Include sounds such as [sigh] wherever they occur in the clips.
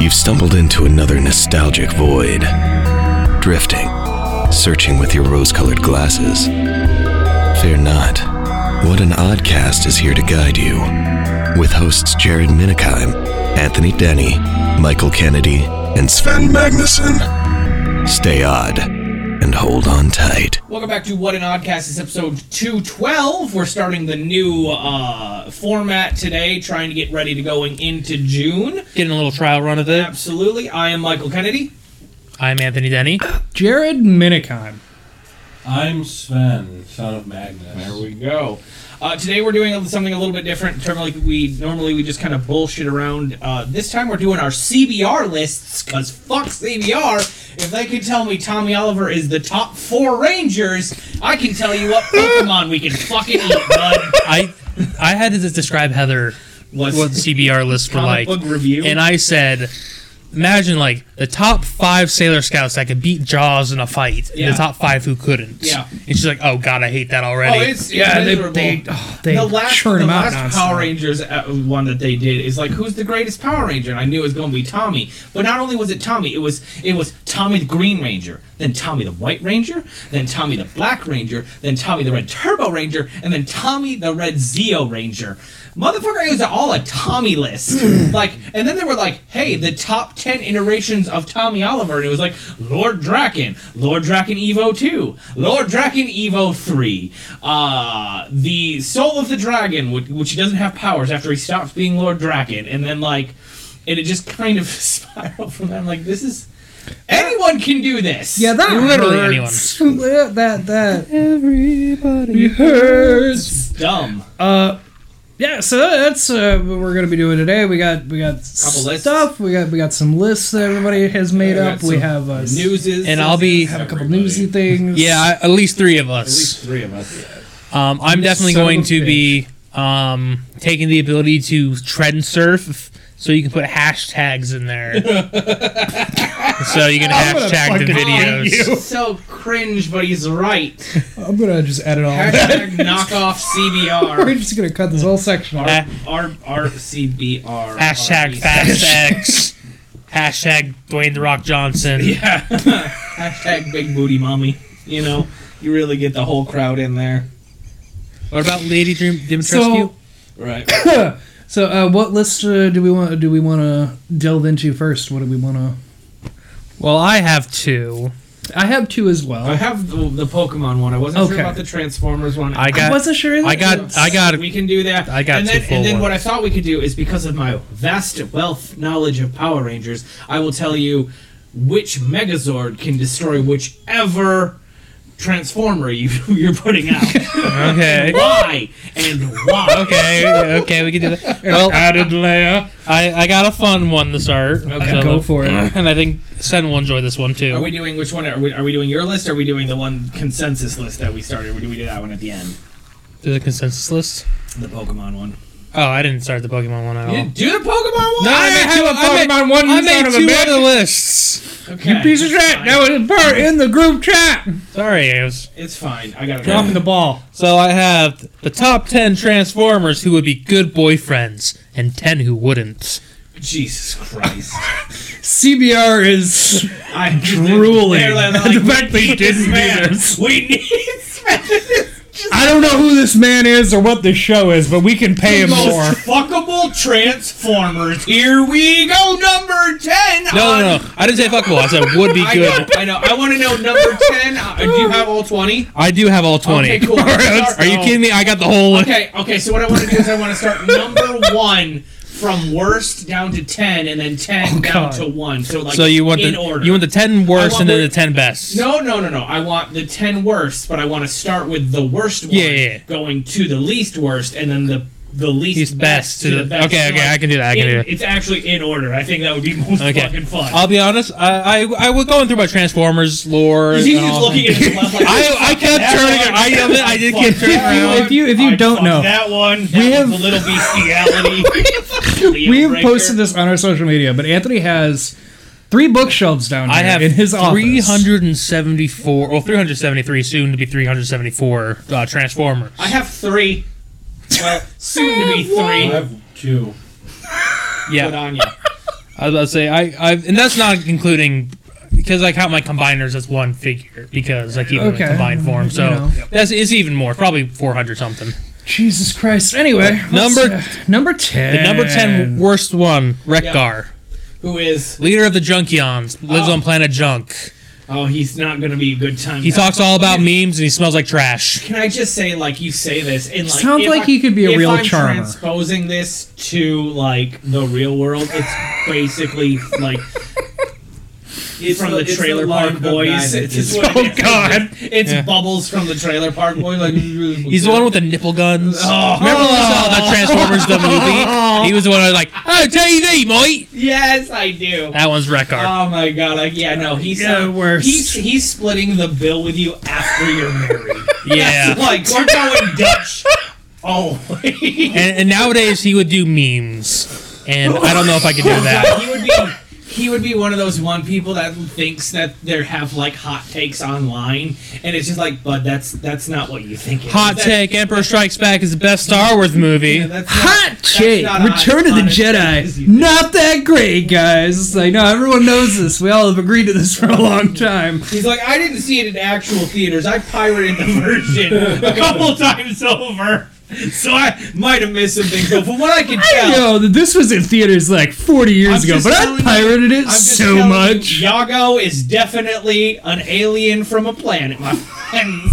You've stumbled into another nostalgic void. Drifting, searching with your rose colored glasses. Fear not. What an Oddcast is here to guide you. With hosts Jared Minikheim, Anthony Denny, Michael Kennedy, and Sven Magnuson. Stay odd and hold on tight. Welcome back to What an Oddcast. It's episode 212. We're starting the new uh, format today, trying to get ready to going into June. getting a little trial run of it. Absolutely. I am Michael Kennedy. I'm Anthony Denny. Jared Minikheim. I'm Sven, son of Magnus. There we go. Uh, today we're doing something a little bit different. Normally we normally we just kind of bullshit around. Uh, this time we're doing our CBR lists because fuck CBR. If they can tell me Tommy Oliver is the top four Rangers, I can tell you what [laughs] Pokemon we can fucking eat, bud. I I had to describe Heather Let's- what the CBR lists were Comic like, book review. and I said, imagine like the top five Sailor Scouts that could beat Jaws in a fight, and Yeah. the top five who couldn't. Yeah. And she's like, oh god, I hate that already. Oh, it's, Yeah, it's they- miserable. they- oh, they the last, churn the 'em out last nonstop. Power Rangers uh, one that they did is like, who's the greatest Power Ranger? And I knew it was going to be Tommy, but not only was it Tommy, it was it was Tommy the Green Ranger, then Tommy the White Ranger, then Tommy the Black Ranger, then Tommy the Red Turbo Ranger, and then Tommy the Red Zeo Ranger. Motherfucker, it was all a Tommy [clears throat] list. like, and then they were like, hey, the top 10 iterations of Tommy Oliver. And it was like, Lord Draken, Lord Draken Evo 2, Lord Draken Evo 3, uh, the Soul of the Dragon, which, which he doesn't have powers after he stops being Lord Draken. And then, like, and it just kind of [laughs] spiraled from there. I'm like, this is. Anyone can do this. Yeah, that Literally hurts. [laughs] Yeah, that that everybody It's hurts. dumb. Yeah, so that's uh, what we're gonna be doing today. We got we got lists. stuff. We got we got some lists that everybody has We made got up. We some have uh, News is. And I'll be- have a couple Everybody. [laughs] newsy things. yeah, I, at least three of At least us. three of us. Um, I'm definitely son of going a to be um, taking the ability to tread and surf, so you can put hashtags in there. so you can gonna hashtag the fucking videos. So cringe, but he's right. [laughs] I'm gonna just edit all. that. [laughs] Hashtag knockoff We're CBR. just gonna cut this whole section off. Ah. R R C B R. Hashtag Fast X. Hashtag Dwayne the Rock Johnson. [laughs] Yeah. Hashtag big booty mommy. You know, you really get the whole crowd in there. What about Lady Dream Dimitrescu? So Right. [coughs] so uh, what list uh, do we want do we want to delve into first? What do we want to? well, I have two. I have two as well. I have the, the Pokemon one. I wasn't sure Okay. about the Transformers one. I I got. wasn't sure. I got. I got. we can do that. I got and then, two full And then what I ones. thought we could do is because of my vast wealth knowledge of Power Rangers, I will tell you which Megazord can destroy whichever Transformer you, [laughs] you're putting out. [laughs] Okay. why and why? Okay. Okay. We can do that. Well, added layer. I I got a fun one to start. Okay, go for it. [laughs] And I think Sen will enjoy this one too. Are we doing which one? Are we, are we doing your list? Or are we doing the one consensus list that we started? Or do we do that one at the end? There's a consensus list. The Pokemon one. Oh, I didn't start the Pokemon Oh. one at all. You didn't do the Pokemon one? I made have two a of Pokemon one, I you made son of a two bitch. [laughs] other lists. Okay. of shit. That was part in the group chat. Sorry, I was It's fine. I got it. Dropping the ball. So I have the top 10 Transformers who would be good boyfriends and 10 who wouldn't. Jesus [laughs] Christ. CBR is I'm drooling They're at like, [laughs] the like, fact they didn't do this. We need [laughs] this I don't know who this man is or what this show is, but we can pay him more. most fuckable Transformers. Here we go, number ten. No, on- no, no. I didn't say fuckable. I said would be [laughs] I know, good. I know. I want to know [laughs] number ten. Uh, do you have all twenty? I do have [laughs] all 20. Okay, cool. Start- Are you oh. kidding me? I got the whole list. Okay, okay. So what I want to do is I want to start number one from worst down to ten, and then ten down God. to one. So like Oh, So you want in the order. you want the 10 I worst want and then wor- the 10 best. no, no, no, no. I want the ten worst, but I want to start with the worst one, Yeah, yeah, yeah. going to the least worst, and then the the least Least best to the best. Okay, So, okay, like, I can do that. I in- can do that. It's actually in order. I think that would be [laughs] most Okay. fucking fun. I'll be honest. I I, I was going through my Transformers [laughs] lore. He's and just all looking at that. his left like, [laughs] I, I kept turning. it- I I, I did keep turning [laughs] around. If you if you I'd don't fuck know, that one, that we was have- a little [laughs] bestiality. we have posted this on our social media, but Anthony has three bookshelves down here I have in his office. 374, well, 373, soon to be 374 uh, Transformers. I have three. Well, soon to be I three. have two. yeah. Good on you. I was about to say I, I've, and that's not including because I count my combiners as one figure because I keep them Okay. in combined form. So You know. that's it's even more, probably four hundred something. Jesus Christ. Anyway, let's, Number- uh, number ten. The number ten worst one, Rekgar, Who is? leader of the Junkions, lives Oh. on planet Junk. Oh, he's not going to be a good time. He guy. talks all about memes and he smells like trash. Can I just say, like, you say this, and like, Sounds if like I- he could be a if real I'm charmer. Transposing this to like the real world, it's basically like It's from the it's Trailer Park line-up guy Boys. that It's, gives it's it. what Oh, it is. God. it's bubbles from the Trailer Park Boy. [laughs] Like Oh, He's he's [laughs] the one with the nipple guns. Remember when we saw the Transformers the [laughs] movie? He was the one I was like, "Oh, TV, mate." Yes, I do. That one's Rekgar. Oh my god! Like, yeah, no, he's Yeah, uh, worse. He's he's splitting the bill with you after you're [laughs] married. yeah. like we're going Dutch. Oh, [laughs] he and, and nowadays he would do memes, and I don't know if I could do that. would be he would be one of those one people that thinks that they have like hot takes online, and it's just like, bud, that's that's not what you think. it is. Hot That- take: Emperor Strikes Back is the best Star Wars yeah, movie. that's not- Hot that's chick, not a Return of the honest take, is Jedi. you- Not that great, guys. I know everyone knows this. We all have agreed to this for a long time. He's like, I didn't see it in actual theaters. I pirated the version a [laughs] couple times over, so I might have missed some things. But from what I can I tell, know that this was in theaters like 40 years I'm ago, just but I telling you- pirated it I'm just so telling much. You, Yago is definitely an alien from a planet, my friends.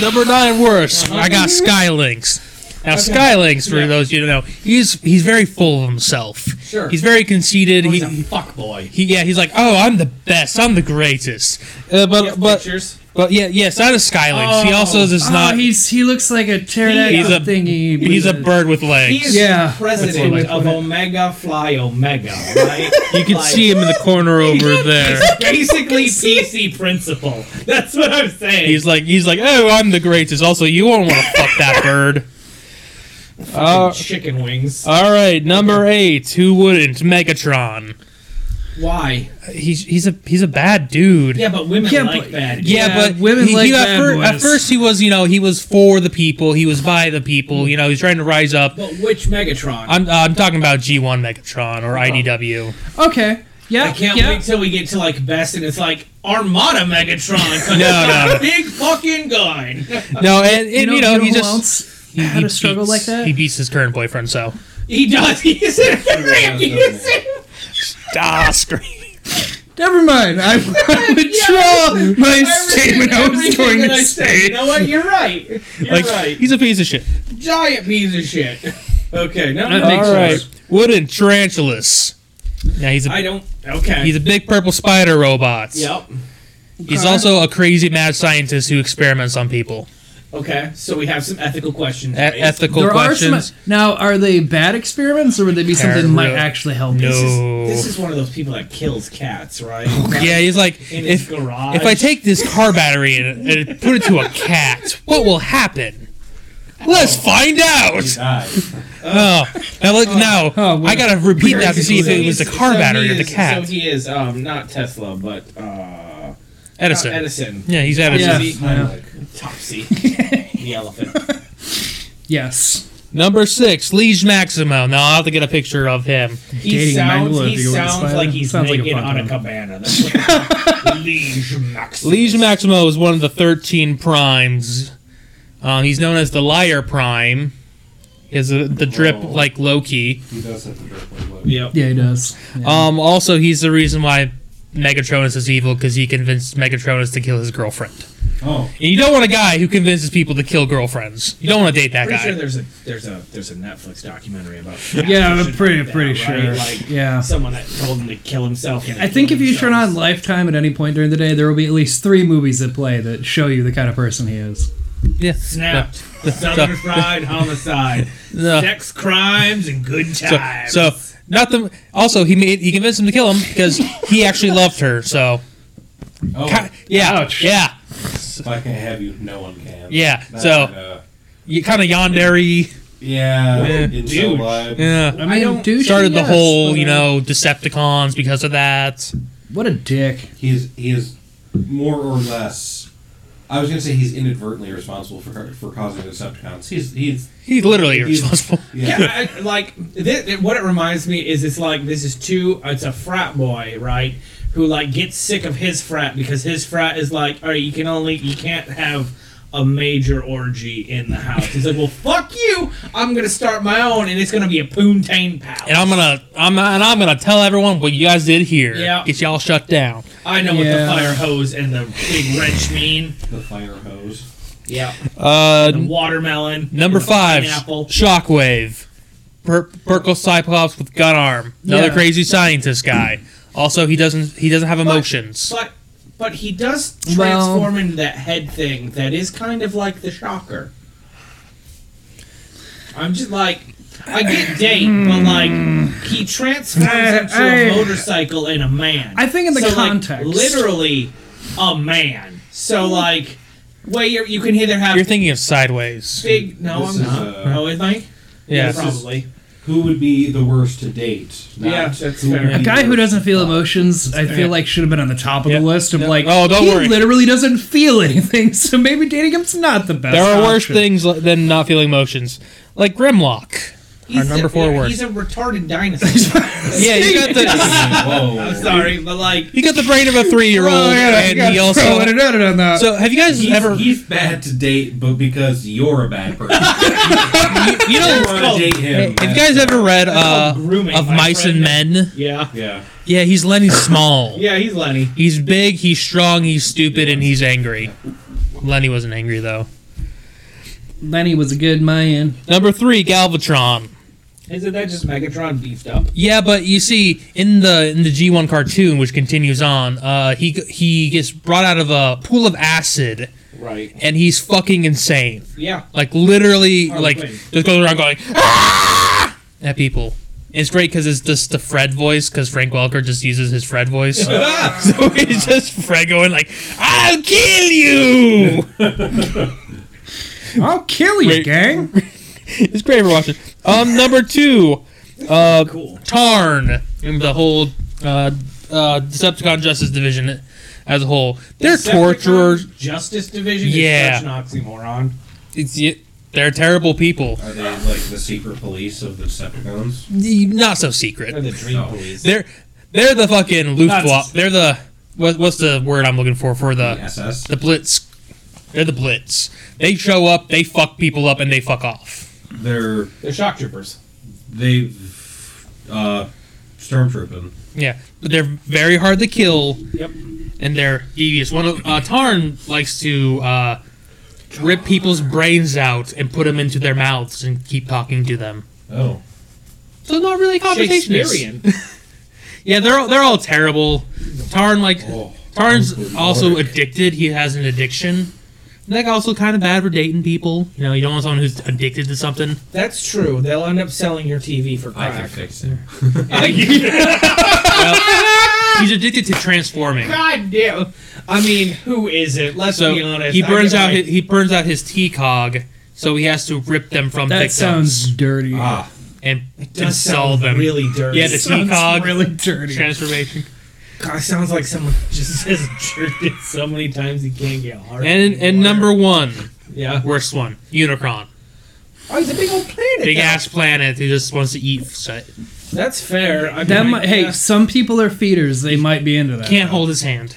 Number nine worst. I got Skylinks. Now Skylinks, for Yeah. those you don't know, he's he's very full of himself. Sure. He's very conceited. He's a He, fuck boy. he yeah. He's like, oh, I'm the best. I'm the greatest. Uh, but but pictures. but yeah yes, that is Skylinks. he also is Oh, not. He's, he's he looks like a pterodactyl He's a- thingy. a with bird with legs. He's Yeah, that's president what I of put it. Omega Fly Omega, [laughs] right? you can see him in the corner over there. Basically, PC principal. [laughs] That's what I'm saying. He's like he's like, oh, I'm the greatest. Also, you won't want to fuck that bird. Uh, chicken wings. [laughs] all right, number eight. Who wouldn't? Megatron. Why? He's he's a he's a bad dude. Yeah, but women Yeah, like but- bad. Yeah, Yeah, but women he, like he- at, bad fir- at boys. first he was you know he was for the people. He was by the people. You know he's trying to rise up. But which Megatron? I'm uh, I'm talking about G1 Megatron or IDW. Okay. Yeah. I can't yeah. wait till we get to like best, and it's like Armada [laughs] Megatron. 'cause No, it's a no, no. big fucking gun. [laughs] No, and, and you know, he who just else he, had he a struggle beats, like that? He beats his current boyfriend. So He does. He [laughs] is in a ramp. He is in ah, [laughs] scream. Never mind. I, [laughs] I withdraw my statement I was everything going that to I said. You say. know what? You're right. You're Like right. he's a piece of shit. Giant piece of shit. [laughs] Okay, no, That no, makes All right, sense. wooden tarantulas. Now he's I a don't. Okay. he's a big purple spider robot. yep. He's also a crazy mad scientist who experiments on people. Okay. So we have some ethical questions. E- right? ethical there are questions. some. Now, are they bad experiments, or would they be something that might Terrible. actually help? no. This is- [laughs] This is one of those people that kills cats, right? Oh, yeah, he's like In if his garage. if I take this car battery and, and put it to a cat, what will happen? Let's Oh. find out. Die. [laughs] Oh, now look, now Oh, well. I gotta repeat that to see if So it was the he's- car so battery he or the is- cat. So he is um not Tesla, but uh Edison. not Edison. Yeah, he's Edison. Yeah. Topsy. Yeah. Like, [laughs] Topsy. the elephant. Yes. Number six, Liege Maximo. Now I'll have to get a picture of him. He Dating sounds, Mangala, he if you want to sounds spy like them. he's Sounds like a naked fun on a time. cabana. That's what- [laughs] Liege Max. Liege Maximo is one of the 13 primes. Um, he's known as the Liar Prime. He has a, the drip Whoa. like Loki. he does have to drip a little bit. Yep. Yeah, he does. Yeah. Um, also, he's the reason why Megatronus is evil because he convinced Megatronus to kill his girlfriend. Oh, And you don't want a guy who convinces people to kill girlfriends. You don't want to date that Pretty guy. sure there's a there's a there's a Netflix documentary about. Yeah, I'm that, pretty- right? pretty sure. Like Yeah. someone that told him to kill himself. and I they think if killed you turn on themselves. Lifetime at any point during the day, there will be at least three movies at play that show you the kind of person he is. yeah. snapped, southern fried [laughs] homicide, No. sex crimes, and good So, times. so not the. Also, he made he convinced him to kill him because he actually loved her. So oh, Ki- yeah, Ouch. yeah, if I can have you, no one can. Yeah, That's so- like a- you kind of yandere. yeah, in Dude. July. Yeah. I mean, don't- douchey, started the yes, whole, but, you uh, know, Decepticons because of that. What a dick. He is he is more or less I was gonna say he's inadvertently responsible for her, for causing the Decepticons. He's he's He's literally He's- irresponsible. yeah. Yeah, I, like thi- thi- what it reminds me is it's like this is two. It's a frat boy, right? Who like gets sick of his frat because his frat is like, all right, you can only you can't have a major orgy in the house. He's like, well, fuck you. I'm gonna start my own, and it's gonna be a poontang pal. And I'm gonna, I'm, and I'm gonna tell everyone what you guys did here. Yeah. Get y'all shut down. I know what the Yeah. fire hose and the big wrench mean. the fire hose. Yeah, Uh, the watermelon. number the five, pineapple. Shockwave, per- Perkle Cyclops with gun arm. Another Yeah. crazy scientist guy. Also, he doesn't, he doesn't have emotions. But but he does Well- transform into that head thing that is kind of like the shocker. I'm just like I [sighs] get date, but like he transforms I- into a I- motorcycle and a man. I think in the So, like, context. literally a man. So like well you you can either have You're thinking of Sideways. big no This I'm is, not. uh, oh is I? Yeah. probably. Who would be the worst to date? Not Yeah, that's who would fair. be A the guy who worst doesn't to feel fuck. emotions, I feel like should have been on the top of Yeah. the list of like, Oh, don't he worry. literally doesn't feel [laughs] anything, so maybe dating him's not the best. There are worse option. things li- than not feeling emotions, like Grimlock. He's number a- four yeah, word. He's a [laughs] retarded dinosaur. Yeah, you got [laughs] the Whoa. I'm sorry, but like you got the brain of a three year old, Oh, yeah, and he also. would have done it on that. So, have you guys He's, ever? You, he's bad to date, but because you're a bad person, you you know, want to date him. have you guys ever read uh, called grooming, of my Mice and friend. Men? Yeah. Yeah. Yeah, he's [laughs] Lenny Small. Yeah, he's Lenny. He's big, he's strong, he's stupid, and he's angry. Lenny wasn't angry though. Lenny was a good man. Number three, Galvatron. Isn't that just Megatron beefed up? Yeah, but you see, in the in the G1 cartoon, which continues on, uh, he he gets brought out of a pool of acid, Right. and he's fucking insane. Yeah. Like literally, Harley like Quinn. just goes around going "Ah!" at people. It's great because it's just the Fred voice because Frank Welker just uses his Fred voice, [laughs] so it's just Fred going like, "I'll kill you." I'll kill you, Wait. gang. It's great for watching. Um, number two, uh, Cool. Tarn and the whole uh, uh, Decepticon Justice Division as a whole. They're Decepticon torturers. Justice Division Yeah. is such an oxymoron. It's, y- they're terrible people. Are they like the secret police of the Decepticons? Y- Not so They're secret. the Dream No. Police. They're they're the fucking Not Luftwaffe. They're the what, what's the word I'm looking for for The the SS. the Blitz? They're the Blitz. They show up, they fuck people up, and they fuck off. They're They're shock troopers. they uh stormtrooping. Yeah, but they're very hard to kill. Yep. and they're devious. One of uh, Tarn likes to uh, rip people's brains out and put them into their mouths and keep talking to them. Oh. So not really complications. Shakespearean. Yeah, they're all, they're all terrible. Tarn like Oh. Tarn's also Lord. addicted. He has an addiction. And Like also kind of bad for dating people. You know, you don't want someone who's addicted to something. That's true. They'll end up selling your TV for I crack. can fix it. He's addicted to transforming. [laughs] God damn. I mean, who is it? Let's So be honest. he I burns get out my- his, he burns out his T cog. So he has to rip them from That victims sounds dirty. Ah. and, and Does sell sound them. really dirty. Yeah, Uh, the sounds T-cog really dirty. transformation. God, sounds like someone [laughs] just says jerked it so many times he can't get hard. And and number one, yeah, worst one, Unicron, oh, he's a big old planet. big now. ass planet who just wants to eat. So That's fair. I mean, That I might, hey, guess. some people are feeders. They might be into that. can't hold his hand.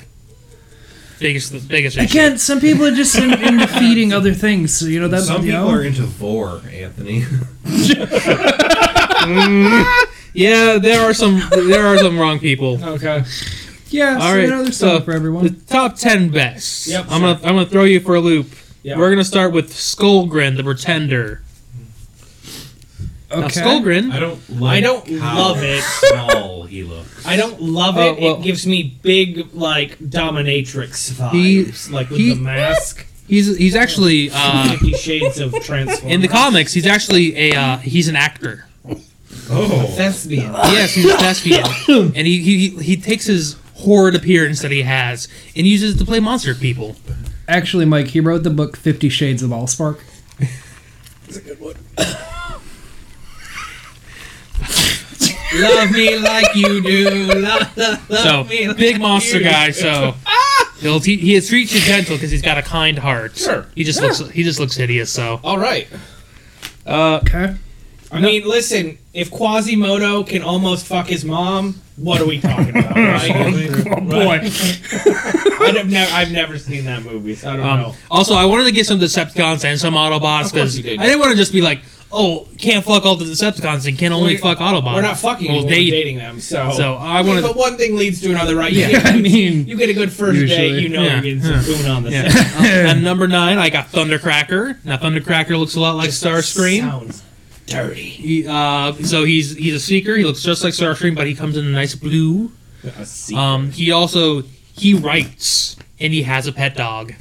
Biggest the biggest issue. Again, some people are just [laughs] in, into feeding other things. So, you know, that's Some you people know. are into vor, Anthony. [laughs] Yeah, there are some there are some wrong people. Okay. Yeah, All so, right, you know, there's so- something for The everyone. top ten best. Yep, I'm gonna I'm gonna throw you for a loop. Yeah. We're gonna start with Skullgrin, the Pretender. Now, Okay. Skullgrin. I don't like I don't how love it. small he looks. I don't love Oh, it. well- it gives me big like dominatrix vibes, He- like with he- the mask, He's he's actually [laughs] uh, Fifty Shades of Transformers, in the comics. He's actually a uh, he's an actor. Oh. thespian. Yes, he's [coughs] a thespian. and he, he he takes his horrid appearance that he has and uses it to play monster people. Actually, Mike, he wrote the book Fifty Shades of Allspark. love me like you do. Love, love, So me like big monster you. Ah! guy, so He'll te- he treats you gentle because he's got a kind heart. Sure. He just looks he just looks hideous. So All right. Uh, Okay. I mean, listen, if Quasimodo can almost fuck his mom, what are we talking [laughs] about, right? oh boy. I've, never, I've never seen that movie, so I don't Um, know. also, I wanted to get some Decepticons and some Autobots Of course because you did. I didn't want to just be like, oh, can't fuck all the Decepticons and can only We're- fuck Autobots. We're not fucking Well, well, they- we're dating them, so. So I Yeah, wanted. but to one thing leads to another, right? You [laughs] Yeah, get- I mean, you get a good first date, usually. you know Yeah. you're getting some boon on the yeah. set. [laughs] Um, and number nine, I got Thundercracker. Now Thundercracker looks a lot like Starscream. Sounds dirty. He, uh, so he's he's a seeker. He looks just like Starscream, but he comes in a nice blue. Um, he also he writes and he has a pet dog.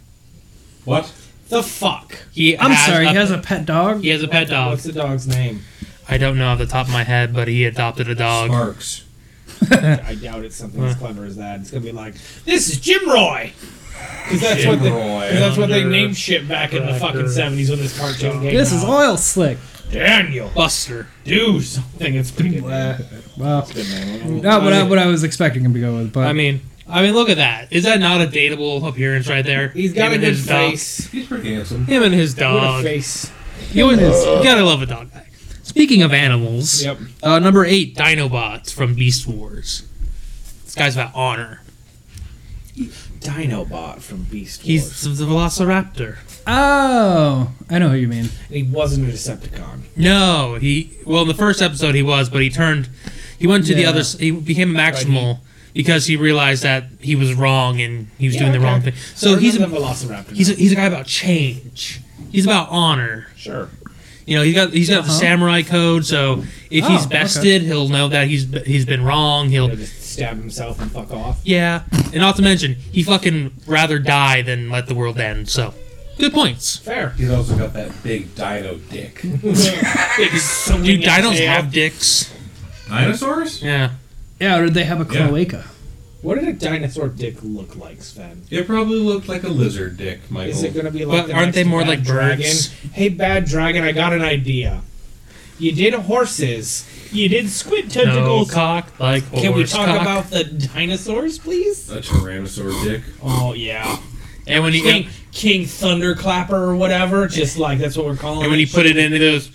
What? the fuck? He I'm has sorry. a, He has a pet dog. he has a pet dog. What's the dog's name? I don't know off the top of my head, but he adopted a dog. Sparks. I doubt it's something as clever as that. It's gonna be like, this is Jim Roy. Because that's what they, 'cause that's what they named shit back in the fucking seventies when this cartoon came This out. is oil slick. Daniel, Buster. do something. It's pretty good. Well, not what I, what I was expecting him to go with, but I mean, I mean, look at that. Is that not a dateable appearance right there? He's got Him a and good his dog. face. He's pretty handsome. Him and his What a dog. face. You, always- you gotta love a dog. guy. Speaking of animals, Yep. uh, number eight, Dinobots from Beast Wars. This guy's about honor. Dinobot from Beast Wars. He's the Velociraptor. oh, I know who you mean. he wasn't a Decepticon. No, he well in the first episode he was, but he turned, he went to the Yeah. other. s- He became a maximal because he realized that he was wrong and he was doing the okay. wrong thing. So I he's remember a, the Velociraptor. he's a, he's a guy about change. He's about honor. sure. You know, he got he's got the Uh-huh. samurai code. So if Oh, he's okay. bested, he'll know that he's be- he's been wrong. He'll He'll just stab himself and fuck off. yeah, and not to mention he fucking rather die than let the world end. So good points. Fair. He's also got that big dino dick. Dude, dinos have dicks. Dinosaurs? Yeah. Yeah, or did they have a Yeah. cloaca? [laughs] What did a dinosaur dick look like, Sven? It probably looked like a lizard dick, Michael. Is it gonna be like? But the aren't next they more Bad like dragon? birds? Hey, bad dragon! I got an idea. You did horses. You did squid No tentacles. cock like Can we horse talk cock. about the dinosaurs, please? a tyrannosaur dick. Oh [laughs] yeah, and when you King, King Thunderclapper or whatever. Just like that's what we're calling. and when you it. put it in, it goes.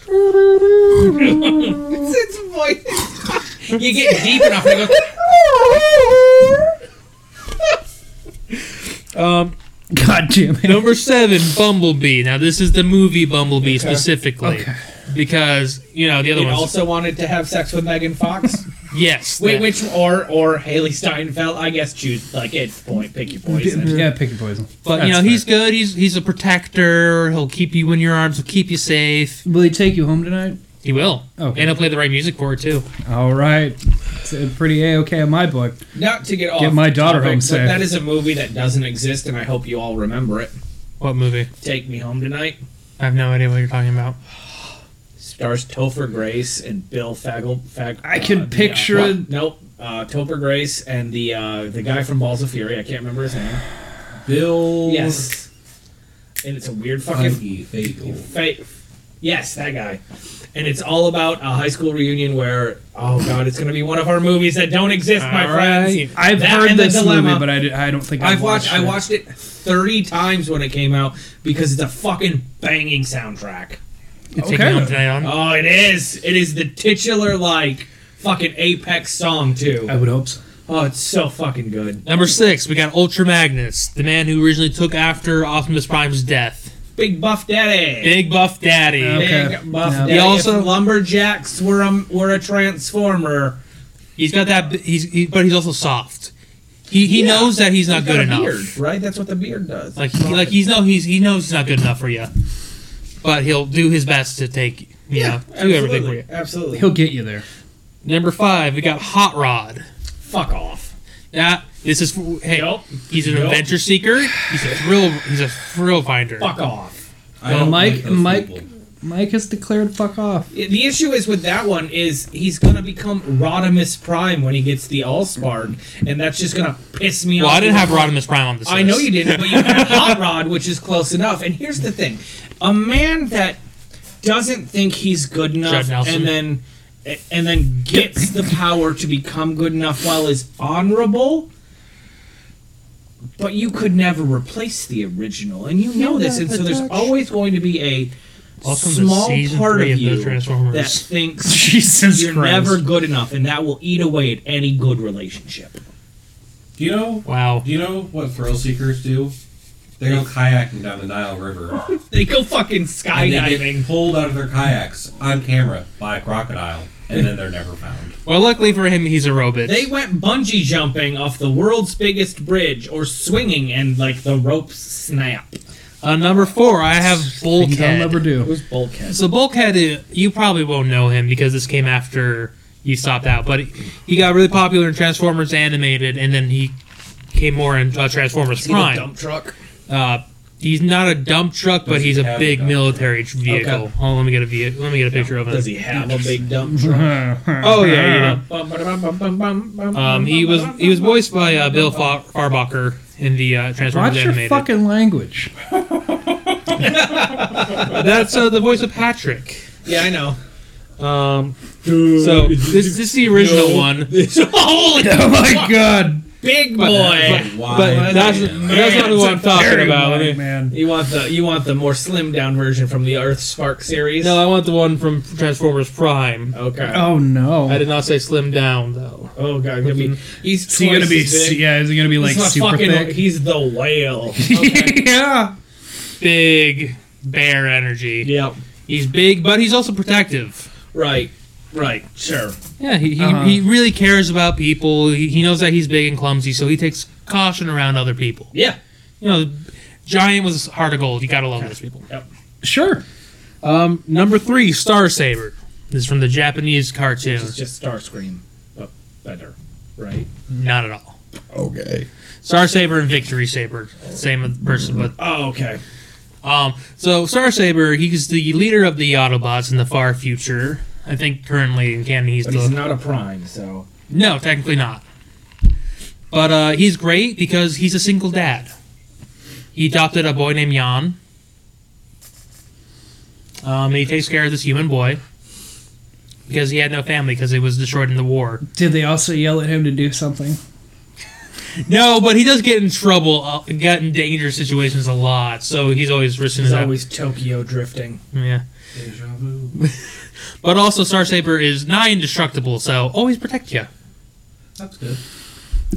it's, it's voice. [laughs] you get deep enough, [laughs] and it goes. Um, God damn it! number seven, Bumblebee. Now this is the movie Bumblebee specifically, Okay. because you know the other It ones. also wanted to have sex with Megan [laughs] Fox. yes. Wait, that- which or or Haley Steinfeld? I guess choose like it's point. Pick your poison. Yeah, pick your poison. But you know he's good. He's he's a protector. He'll keep you in your arms. He'll keep you safe. Will he take you home tonight? He will. Okay. And he'll play the right music for it too. All right, it's uh, pretty a okay in my book. Not to get off. Get my daughter home but safe. That is a movie that doesn't exist, and I hope you all remember it. What movie? Take Me Home Tonight I have no idea what you're talking about. stars Topher Grace and Bill Fagel. Fag- I can uh, the, picture uh, it. Nope. Uh, Topher Grace and the uh, the guy from Balls of Fury. I can't remember his name. Bill. Yes. And it's a weird fucking Funky Fagel. Fa- yes, that guy. And it's all about a high school reunion where, oh god, it's gonna be one of our movies that don't exist, my All friends. right. I've That heard and the this dilemma. movie, but I, did- I don't think I've, I've watched. I it. watched it thirty times when it came out because it's a fucking banging soundtrack. Take Me Okay. Home Tonight on. Oh, it is. It is the titular like fucking apex song too. I would hope so. Oh, it's so fucking good. Number six, we got Ultra Magnus, the man who originally took after Optimus Prime's death. Big buff daddy. Big buff daddy. Yeah. Okay. Big buff Yeah. daddy. He also- also lumberjacks were a were a transformer. He's got that. He's he, but he's also soft. He he Yeah. knows that he's not He's got good a enough. beard, right? That's what the beard does. Like he, like he's no he's he knows he's not good enough for you, but he'll do his best to take you yeah, know, do everything for you. Absolutely. He'll get you there. Number five, we got Hot Rod. fuck off. Yeah, this is hey. Nope. He's an Nope. adventure seeker. He's a thrill. He's a thrill finder. Fuck off. I don't Mike- like those Mike- people. Mike has declared fuck off. The issue is with that one is he's gonna become Rodimus Prime when he gets the Allspark, and that's just gonna piss me Well, off. I didn't have Rodimus Prime on this. I know [laughs] you didn't, but you had Hot Rod, which is close enough. And here's the thing: a man that doesn't think he's good enough, Judd Nelson. and then and then gets the power to become good enough while is honorable. but you could never replace the original, and you know this, and so there's always going to be a Welcome to small season part three of of the you Transformers. that [laughs] thinks Jesus you're Christ. never good enough, and that will eat away at any good relationship. Do you know? Wow. Do you know what thrill seekers do? They go kayaking down the Nile River. They go fucking and they skydiving. get pulled out of their kayaks on camera by a crocodile, and then they're never found. Well, luckily for him, he's a robot. They went bungee jumping off the world's biggest bridge, or swinging, and like the ropes snap. Uh, number four, I have Things I'll Bulkhead. never It do. was bulkhead. So Bulkhead, uh, you probably won't know him because this came after you stopped out, but he got really popular in Transformers Animated, and then he came more in uh, Transformers See the Prime. dump truck. Uh, he's not a dump truck, but Does he's he a have big a dump military vehicle. Okay. Hold on, let me get a ve- let me get a picture of him. Does he have a big dump [laughs] truck? Oh yeah, you know. Um, Uh, Um, he was he was voiced by uh, Bill Fa- Farbacher in the uh, Transformers Watch your Animated. fucking language. That's uh, the voice of Patrick. Yeah, I [laughs] know. Um, so this, this is the original one. [laughs] Holy [laughs] Oh my god. big boy! uh, Why? But that's, that's not who I'm talking about. eh? Let me- man. you want the you want the more slimmed down version from the Earth Spark series? No, I want the one from Transformers Prime. Okay. Oh, Oh I no. did not say slim down though. god, gonna be, he's Is he gonna twice be? as big. Yeah, is he gonna be like he's not super fucking- [laughs] thick? He's the [laughs] whale. yeah. Big bear energy. yep. He's big, but he's also protective. Right. Right. Sure. Yeah, he, he, Uh-huh. he really cares about people. He, he knows that he's big and clumsy, so he takes caution around other people. Yeah. You know, Giant was heart of gold. You gotta love those people. Sure. Um, number three, Star Saber. This is from the Japanese cartoon. It's just Starscream, but better. Right. Not at all. Okay. Star Saber and Victory Saber, same person, but Oh, okay. Um, so Star Saber, he's the leader of the Autobots in the far future. I think currently in canon he's But the he's not a prime, so no, technically not. But uh, he's great because he's a single dad. He adopted a boy named Jan. Um, and he takes care of this human boy because he had no family because it was destroyed in the war. Did they also yell at him to do something? No, but he does get in trouble, uh, get in dangerous situations a lot, so he's always risking he's his always Tokyo drifting. Yeah. [laughs] but also, Star Saber is nigh indestructible, so always protect you. That's good.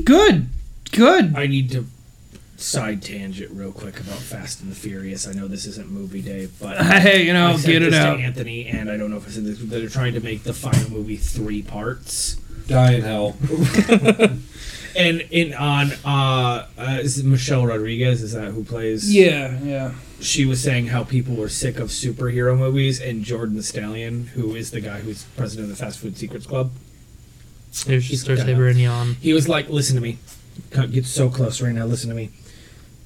Good. Good. I need to side tangent real quick about Fast and the Furious. I know this isn't movie day, [laughs] but Hey, you know, I said get it this out. to Anthony, and I don't know if I said this, but they're trying to make the final movie three parts. Die in hell. And in on uh, uh is it Michelle Rodriguez is that who plays? Yeah, yeah. She was saying how people were sick of superhero movies, and Jordan the Stallion, who is the guy who's president of the Fast Food Secrets Club, There's He's Star got- Saber and Yon. He was like, "Listen to me. Come- Get so close right now. Listen to me.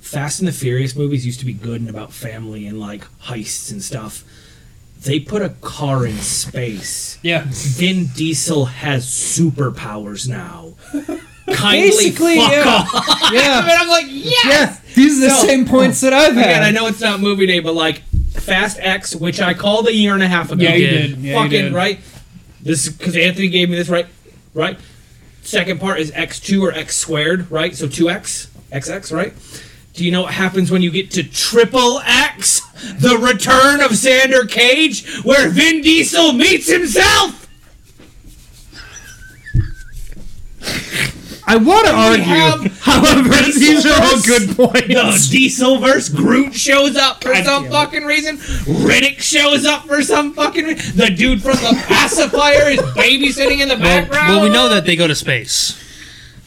Fast and the Furious movies used to be good and about family and like heists and stuff. They put a car in space. [laughs] Yeah. Vin Diesel has superpowers [laughs] now. Kindly Basically, fuck yeah. off. Yeah. And I'm like, yes. Yeah. [laughs] These are the So- same points that I've had. Again, I know it's not movie day, but like Fast X, which I called a year and a half ago. Yeah, you Yeah. did. Yeah, you fucking did. right. This because Anthony gave me this right, right. Second part is X two or X squared, right? So two X, XX, right? Do you know what happens when you get to triple X? The return of Sander Cage, where Vin Diesel meets himself. I want to We argue. have However, [laughs] these are all good the points. Diesel verse Groot shows up for some it. fucking reason. Riddick shows up for some fucking reason. The dude from the pacifier is babysitting in the Well, background. well, we know that they go to space.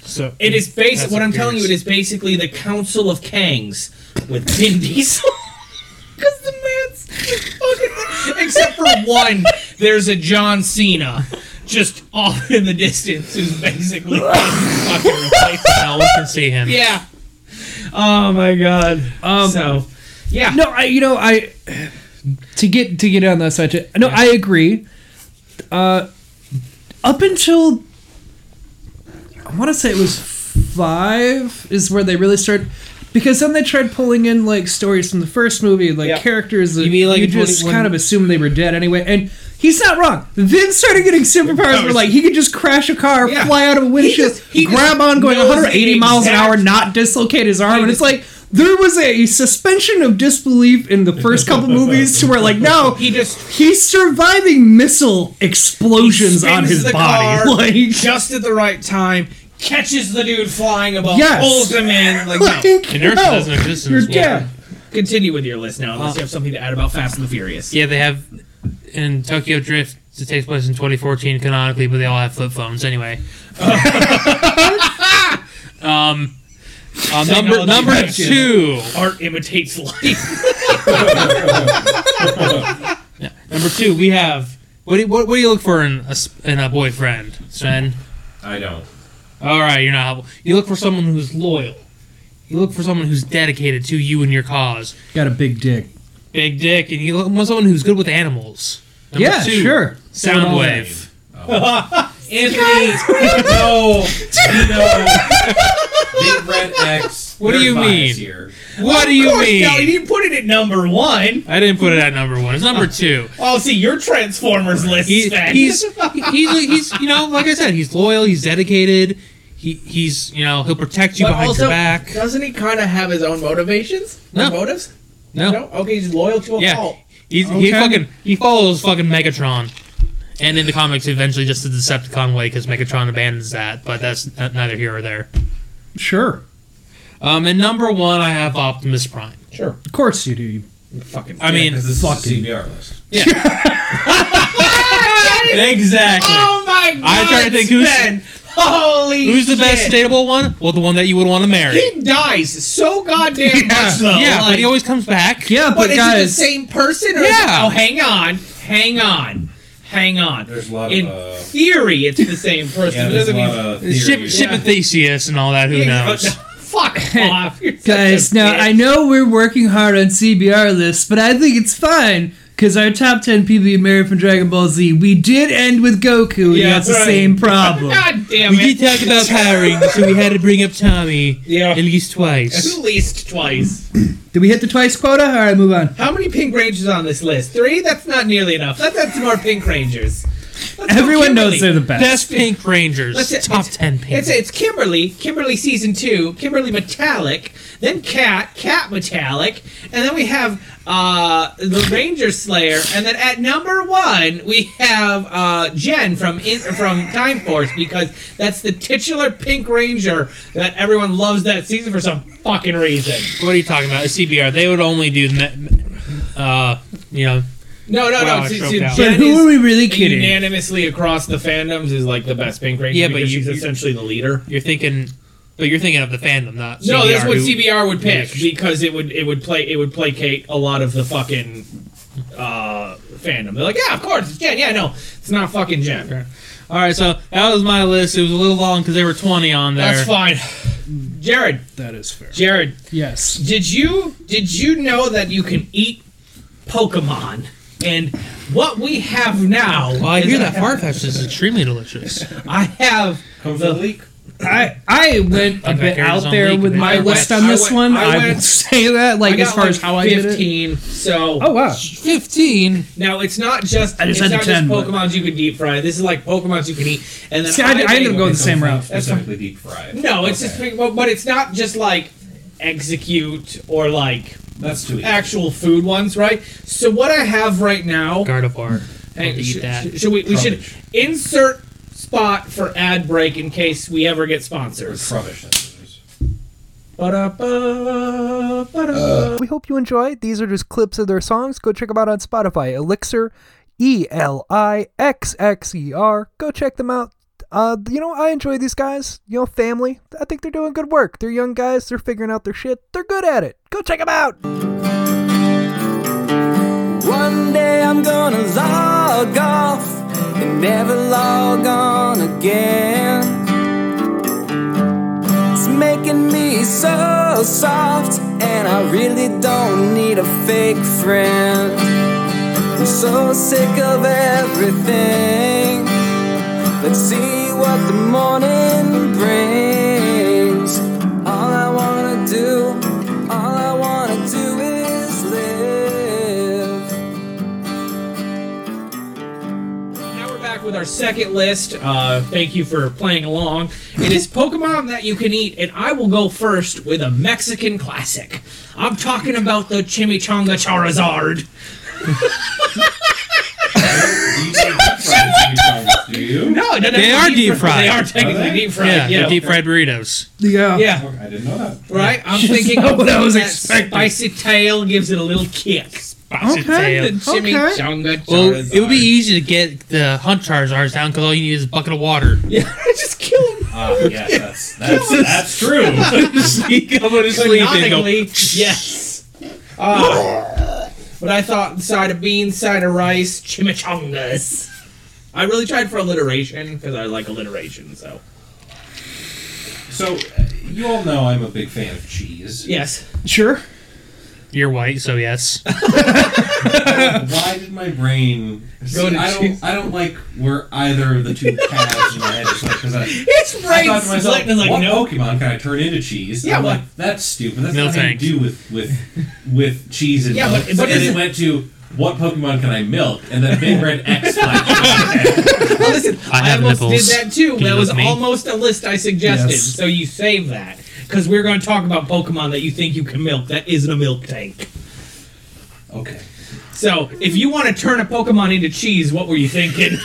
So it is based. That's What I'm appears. telling you, it is basically the Council of Kangs with Vin Diesel. [laughs] Because the man's fucking. Except for one, there's a John Cena. Just off in the distance, who's [laughs] basically fucking replaced. no one can see him. Yeah. Oh my god. Um, so, yeah. No, I you know I to get to get on that subject. No, I agree. Uh, up until I want to say it was five is where they really started because then they tried pulling in like stories from the first movie, like Yeah. characters that You you, mean, like, in just 21 kind of assumed they were dead anyway, and He's not wrong. Then started getting superpowers where like he could just crash a car, Yeah. fly out of a windshield, just- he grab just on going knows the 180 miles an exact- hour, not dislocate his arm, and it's like there was a suspension of disbelief in the first [laughs] couple movies to where like no, He just he's surviving missile explosions on spins his the body. car [laughs] like, just at the right time, catches the dude flying above, Yes. pulls him in. Like, no. like, Inertia no, doesn't exist in you're this world. dead. Continue with your list now, unless you have something to add about Fast and the Furious. Yeah, they have in Tokyo Drift. It takes place in 2014 canonically, but they all have flip phones [laughs] anyway. um, uh, number Technology number matches. two. Art imitates life. [laughs] Number two, we have what do you, what, what do you look for in a s- in a boyfriend, Sven? I don't. All right, you're not. You look for someone who's loyal. You look for someone who's dedicated to you and your cause. Got a big dick. Big dick, and you look want someone who's good with animals. Number yeah, two, sure. Soundwave. Anthony, [laughs] [laughs] No, no. Big Red X. What do they're you biased mean? Here. What do you of course, Kelly, mean? you put it at number one. I didn't put it at number one. It's number two. I'll Oh, see your Transformers list. He, Sven. he's he's he's you know like I said he's loyal he's dedicated he he's you know he'll protect you But behind also, your back doesn't he kind of have his own motivations? No. Or motives? no, No. Okay, he's loyal to a yeah fault. he's, he Okay. fucking he follows fucking Megatron and in the comics eventually just the Decepticon way because Megatron abandons that but that's n- neither here or there Sure. um and number one I have Optimus Prime Of course you do. you- fucking. I mean Because this Fucking- is a CBR list. exactly Oh my god! I try to think who's- Sven. Holy who's the best shit. dateable one well the one that you would want to marry He dies so goddamn much though. yeah but like- he always comes back Yeah, But but, is it the guys, same person? Or is it- Yeah. oh, hang on, hang on, hang on. There's a lot of, In uh, theory, it's the same person. [laughs] Yeah, It there's a doesn't lot mean- of Ship, theories. ship of Theseus and all that. Who Yeah, knows? [laughs] but- [laughs] Fuck off, You're such [laughs] guys. a Now bitch. I know we're working hard on CBR lists, but I think it's fine because our top ten people you marry from Dragon Ball Z, we did end with Goku, and Yeah, that's right. [laughs] the same problem. God damn We it! did talk about Power Rangers, so we had to bring up Tommy [laughs] Yeah. at least twice. at least twice. Did we hit the twice quota? All right, move on. How many pink rangers on this list? Three? That's not nearly enough. Let's add some more pink rangers. Let's go Everyone knows Kimberly. they're the best. Best Pink Rangers, Let's say- top it's- ten Pink. It's it's Kimberly, Kimberly season two, Kimberly Metallic, then Cat, Cat Metallic, and then we have uh, the Ranger Slayer, and then at number one we have uh, Jen from in, from Time Force because that's the titular Pink Ranger that everyone loves that season for some fucking reason. what are you talking about? It's CBR. They would only do, me- uh, you know, No, no, Wow, no. I see- choked see, out. but Jen who is are we really kidding? Unanimously across the fandoms is like the best Pink Ranger. Yeah, but because you- she's you- essentially the leader. you're thinking, but you're thinking of the fandom, not No, CBR, that's what who- CBR would pick Yeah. because it would it would play it would placate a lot of the fucking uh, fandom. They're like, yeah, of course, it's Jen. Yeah, no, it's not fucking Jen. All right, so that was my list. It was a little long because there were twenty on there. That's fine. Jared, That is fair. Jared, Yes. did you did you know that you can eat Pokemon? And what we have now, Well, I is hear that Farfetch is extremely delicious. I have Comes the the leak. I I went a Okay, bit Karen's out on there leak, with man. my I list went- on I this went- one. I I went- would [laughs] say that, I like, got as far like as how I did it. fifteen. So Oh wow. Fifteen. now it's not just I it's just had not the just 10, but- Pokemon's you can deep fry. This is like Pokemon's you can eat. And then See, I, I ended think- up going the same route. That's fine. Specifically deep fried. No, it's Okay. just but, but it's not just like execute or like That's too easy. actual food ones, right? So what I have right now, [laughs] Gardevoir. Hey, Hey, sh- eat that. sh- should we, we should Rubbish. insert spot for ad break in case we ever get It's sponsors. rubbish. That's- Ba-da-ba, ba-da-ba. Uh, We hope you enjoyed. These are just clips of their songs. Go check them out on Spotify. Elixir, E L I X X E R. Go check them out. Uh, you know, I enjoy these guys. You know, family. I think they're doing good work. They're young guys. They're figuring out their shit. They're good at it. Go check them out. One day I'm gonna log off and never log on again. It's making me so soft, and I really don't need a fake friend. I'm so sick of everything. Let's see what the morning brings. All I wanna do, all I wanna do is live. second list. Uh, thank you for playing along. It is Pokemon that you can eat, and I will go first with a Mexican classic. I'm talking about the Chimichanga Charizard. You take deep fried chimichangas, do you? No, it doesn't They have to are be deep fried. They are technically Are they? deep Yeah, fried. Yeah, the deep fried burritos. Yeah. yeah. I didn't know that. Right? [laughs] I'm thinking not of what I was that expecting. Spicy tail gives it a little kick. Spicy Okay, tail. then- Okay. Chimichanga Well, Charizard. it would be easy to get the hunt Charizards down because all you need is a bucket of water. [laughs] Yeah, just kill him. Ah, yes, that's, [laughs] that's, that's true. Canonically, yes. Ah. but I thought side of beans, side of rice, chimichangas. I really tried for alliteration because I like alliteration. So [laughs] So, uh, you all know I'm a big fan of cheese. yes, Sure. You're white, [laughs] so yes. Why did my brain? See, to I cheese. don't. I don't like where either of [laughs] the two paths in my head is like because I. it's I right. thought to myself, Like, like what no, Pokemon can I turn into cheese? And Yeah, I'm well- like that's stupid. That's No not how you thanks. do [laughs] with with with cheese and Yeah, milk. but- but and is it it- went to what Pokemon can I milk? And then big red X flashed. [laughs] well, listen, I have almost nipples. did that too. Can you That was look me? almost a list I suggested. Yes. So you save that because we're going to talk about Pokemon that you think you can milk. That isn't a milk tank. okay. So if you want to turn a Pokemon into cheese, what were you thinking? [laughs]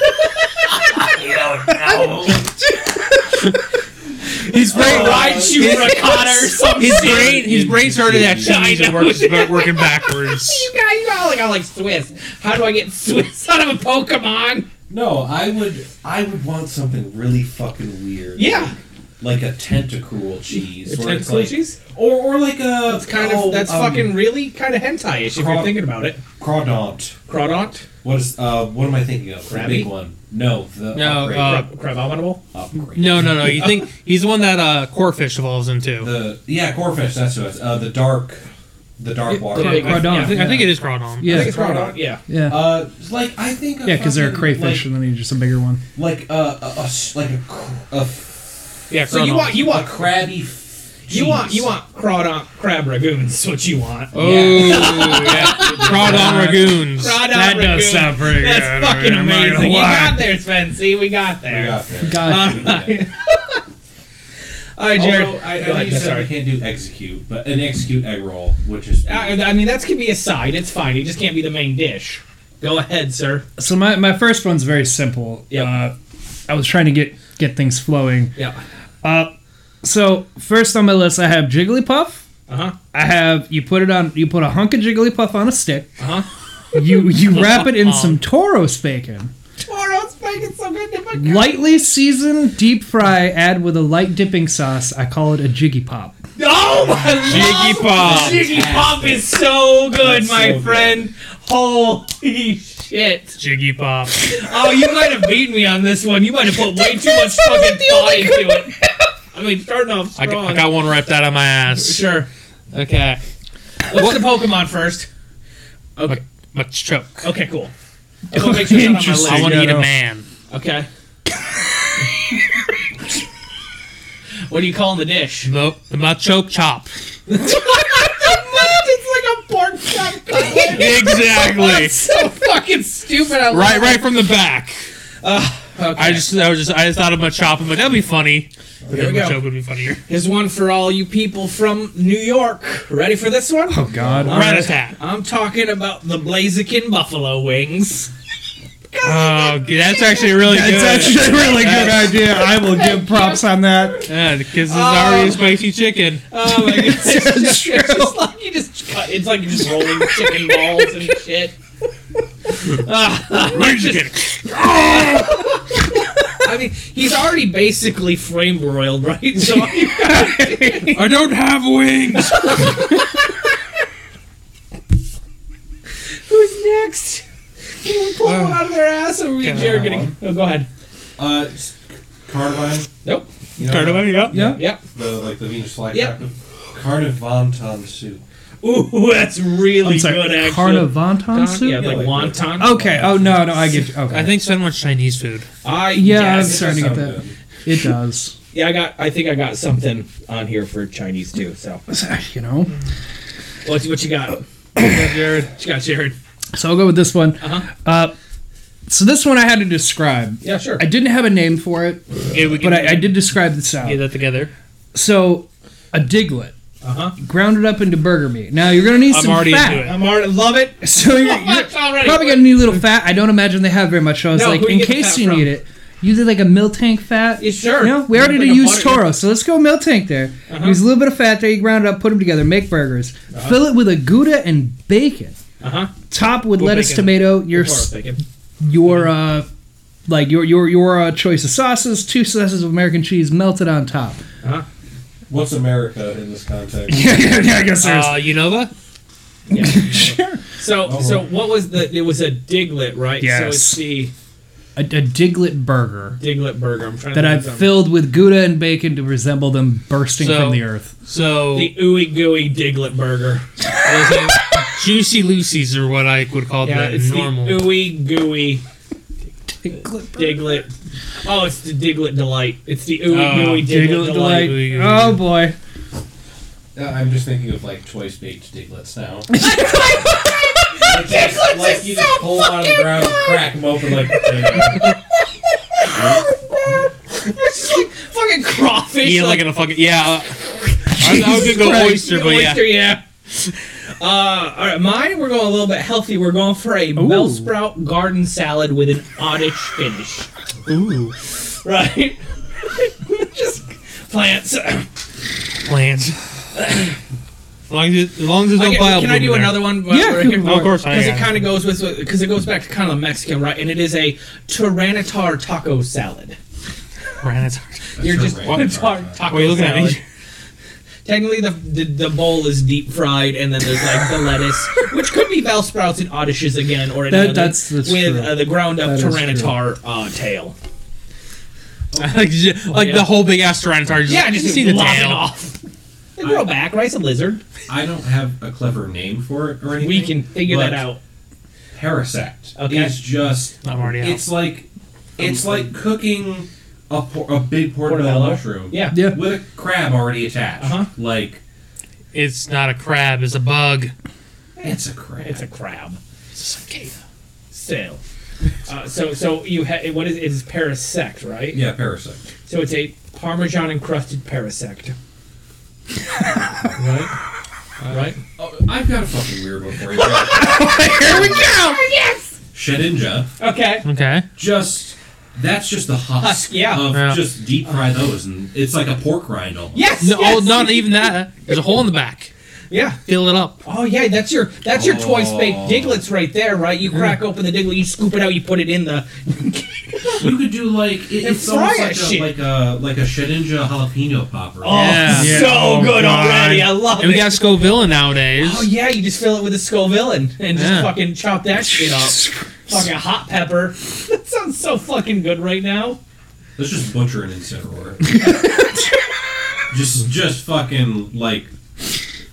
His brain, Ride [laughs] shoe ricotta or something. his brain, his brain started at [laughs] cheese I and know. works, but working backwards. you guys are all like, I like Swiss. How do I get Swiss [laughs] out of a Pokemon? No, I would. I would want something really fucking weird. Yeah. Like a tentacruel cheese. where it's Tentacle like- Oh, um, cheese? Or or like a. That's kind of, that's fucking really kind of hentai-ish if you're craw- thinking about it. Crawdaunt. Crawdont? What is? Uh, what am I thinking of? The Krabby? big one. No. The No, upgrade. uh, Crabominable? upgrade. No, no, no. You think he's the one that uh, Corefish evolves into? The yeah, Corfish. That's what it's. Uh, the dark, the dark water. Yeah, Crawdon, Oh, I, yeah, I think, I yeah. think it is Crawdon. I Yeah. think it's Crawdont, yeah. Yeah. Uh, it's like I think. A Yeah, because they're a fucking, crayfish, and then you just a bigger one. Like, like uh, a, a s- like a, cr- a, f- yeah. So you Crawdon. want, you a want, crabby. F- you want, cheese. you want Crawdont crab ragoons is what you want. Oh, yeah. Crawdon Ragoons. Crawdon that Ragoons. does sound pretty [laughs] That's good. fucking I'm not gonna amazing. You lie. got there, Sven. See, we got We there. got there. Uh, God. All right, Jared. Although I, I Go know ahead, you said sorry. Ah, I can't do execute, but an execute egg roll, which is I, I mean, that can be a side. It's fine. It just can't be the main dish. Go ahead, sir. So my, my first one's very simple. Yep. Uh, I was trying to get get things flowing. Yeah. So first on my list, I have Jigglypuff. Uh huh. I have you put it on. You put a hunk of Jigglypuff on a stick. Uh-huh. You you [laughs] wrap it in some Toros bacon. Toro's making so good. to my God. Lightly season, deep fry, add with a light dipping sauce. I call it a Jiggy Pop. Oh my Jiggy Pop. Jiggy Pop is so good, That's my so good. friend. Holy shit! Jiggy Pop. Oh, you might have beat me on this one. You might have put way too much fucking thought into it. I mean, starting off I, strong. got- I got one wrapped out of my ass. sure. Okay. What's the Pokemon first? Mc- McChoke. Okay, cool. I wanna make sure it's not on my Interesting. Oh, I list. want Yeah, to eat no. a man. Okay. what do you call in the [laughs] dish? Nope. The Machoke Chop. it's like a pork chop cutlet. [laughs] exactly. so fucking stupid. I Right, right from the back. I just, I was just, I just thought of my chop. I'm like, that'd be funny. But Here we then my go. choke would be funnier. Here's one for all you people from New York. Ready for this one? Oh God. Rat attack. I'm talking about the Blaziken buffalo wings. Oh, g- that's actually really good. It's actually a really good idea. I will [laughs] give props on that. yeah, because it's already a spicy chicken. Oh my god! It's just, [laughs] it's just like you just cut. It's like you're just rolling chicken balls and shit. I mean, he's already basically flame broiled, right? So I don't have wings. [laughs] who's next? Can we pull them out of their ass, or are we Jared getting? Oh, go ahead. uh, s- Carnivine. Nope. You know, Yeah. Yep. The like the Venus Yep. flytrap. Carnivantan soup. Ooh, that's really I'm sorry. good. Actually, Carnivonton soup. Yeah, like wonton. Okay. Oh no, no, I get you. Okay. I think Sven wants Chinese food. I Yeah, I'm yes. starting to get Sound that. [laughs] It does. yeah, I got. I think I got something on here for Chinese too. So You know. what, what you got? What you got, Jared? What you got, Jared? So I'll go with this one. Uh-huh. Uh, So this one I had to describe. Yeah, sure. I didn't have a name for it, Okay, we can but I, [laughs] I did describe the sound. get that together. So, a diglet. Uh-huh. Grounded up into burger meat. Now you're gonna need I'm some already fat. into I'm already love it. [laughs] So you're, you're already. probably gonna need a little fat. I don't imagine they have very much. So I was No, like, who do in you get case fat you from? need it, you did like a mill tank fat. Yeah, sure. You know, we already Like did a use butter- Uh-huh. Toro, so let's go mill tank there. Use a little bit of fat there. You ground it up, put them together, make burgers. Fill it with a gouda and bacon. Uh-huh. Top with lettuce, bacon. tomato, your Toro s- bacon. your uh, like your your your uh, choice of sauces. Two slices of American cheese melted on top. What's America in this context? [laughs] [laughs] yeah, yeah, yeah, I guess there's. Uh, Unova? So so what was the? It was a diglet, right? So Yes. it's the a, a diglet burger diglet burger. I'm trying that to I've think of filled with Gouda and bacon to resemble them bursting So- from the earth. So the ooey gooey diglet burger. those are juicy Lucy's are what I would call Yeah, the it's normal. the ooey gooey Diglet diglet. Oh, it's the diglet delight. It's the ooey Oh, gooey diglet, Diglet delight. Ooey, ooey, ooey. Oh boy. Uh, I'm just thinking of like choice baked [laughs] diglets now. like, just, like you just pull them out of the ground, and crack them open like. Fucking crawfish. yeah, like in a fucking yeah. uh, I, I was gonna go oyster, but yeah. Oyster, yeah. Uh, all right, mine. We're going a little bit healthy. We're going for a bell sprout garden salad with an oddish finish. Ooh, right? [laughs] Just plants. Plants. as long [laughs] as it, as long as there's no Okay, bile can I bloom do there. another one? while Yeah, we're go here? for it. Of course, Oh, I because am. it kind of goes with because it goes back to kind of the Mexican, right? And it is a Tyranitar taco salad. Tyrannosaurus. You're just Tyranitar. Tyranitar taco What are you looking salad. at? [laughs] Technically, the, the the bowl is deep fried, and then there's like the lettuce, which could be bell sprouts and oddishes again, or That- another, that's- that's with true. Uh, the ground up That is Tyranitar uh, tail. [laughs] like j- like the whole big ass Tyrannosaurus. just- Yeah, you just see the lopping tail. off. They grow back, right? It's a lizard. I don't have a clever name for it or anything. We can figure that but out. Parasect Okay. is just. I'm already out. It's like, it's like cooking a por- a big portobello Portobello? mushroom. Yeah. Yeah. With a crab already attached. Uh-huh. Like It's not a crab. It's a bug. it's a crab. It's a crab. It's a cicada. Sail. Uh, so so you ha- what is it is parasect, right? yeah, parasect. So it's a parmesan encrusted parasect. right? Right? Oh, I've got a fucking weird [laughs] one for you. Here we go. Yes. Shedinja. Okay. Okay. just that's just the husk, Husk, yeah. Uh-huh. of Yeah. just deep fry those, and it's like a pork rind almost. Yes. No, yes. oh, not even that. There's a hole in the back. Yeah. Fill it up. Oh yeah, that's your that's your twice baked Oh. diglets right there, right? You crack open the diglet, you scoop it out, you put it in the You could do like it, it's fry almost that like a, shit. like a like a Shedinja jalapeno popper. Oh, Yeah. so Oh, good God. already. I love And we it. got Scovilla nowadays. oh yeah, you just fill it with a Scoville and, and just Yeah. fucking chop that shit up. fucking hot pepper. [laughs] That sounds so fucking good right now. Let's just butcher an incineroar. just just fucking like.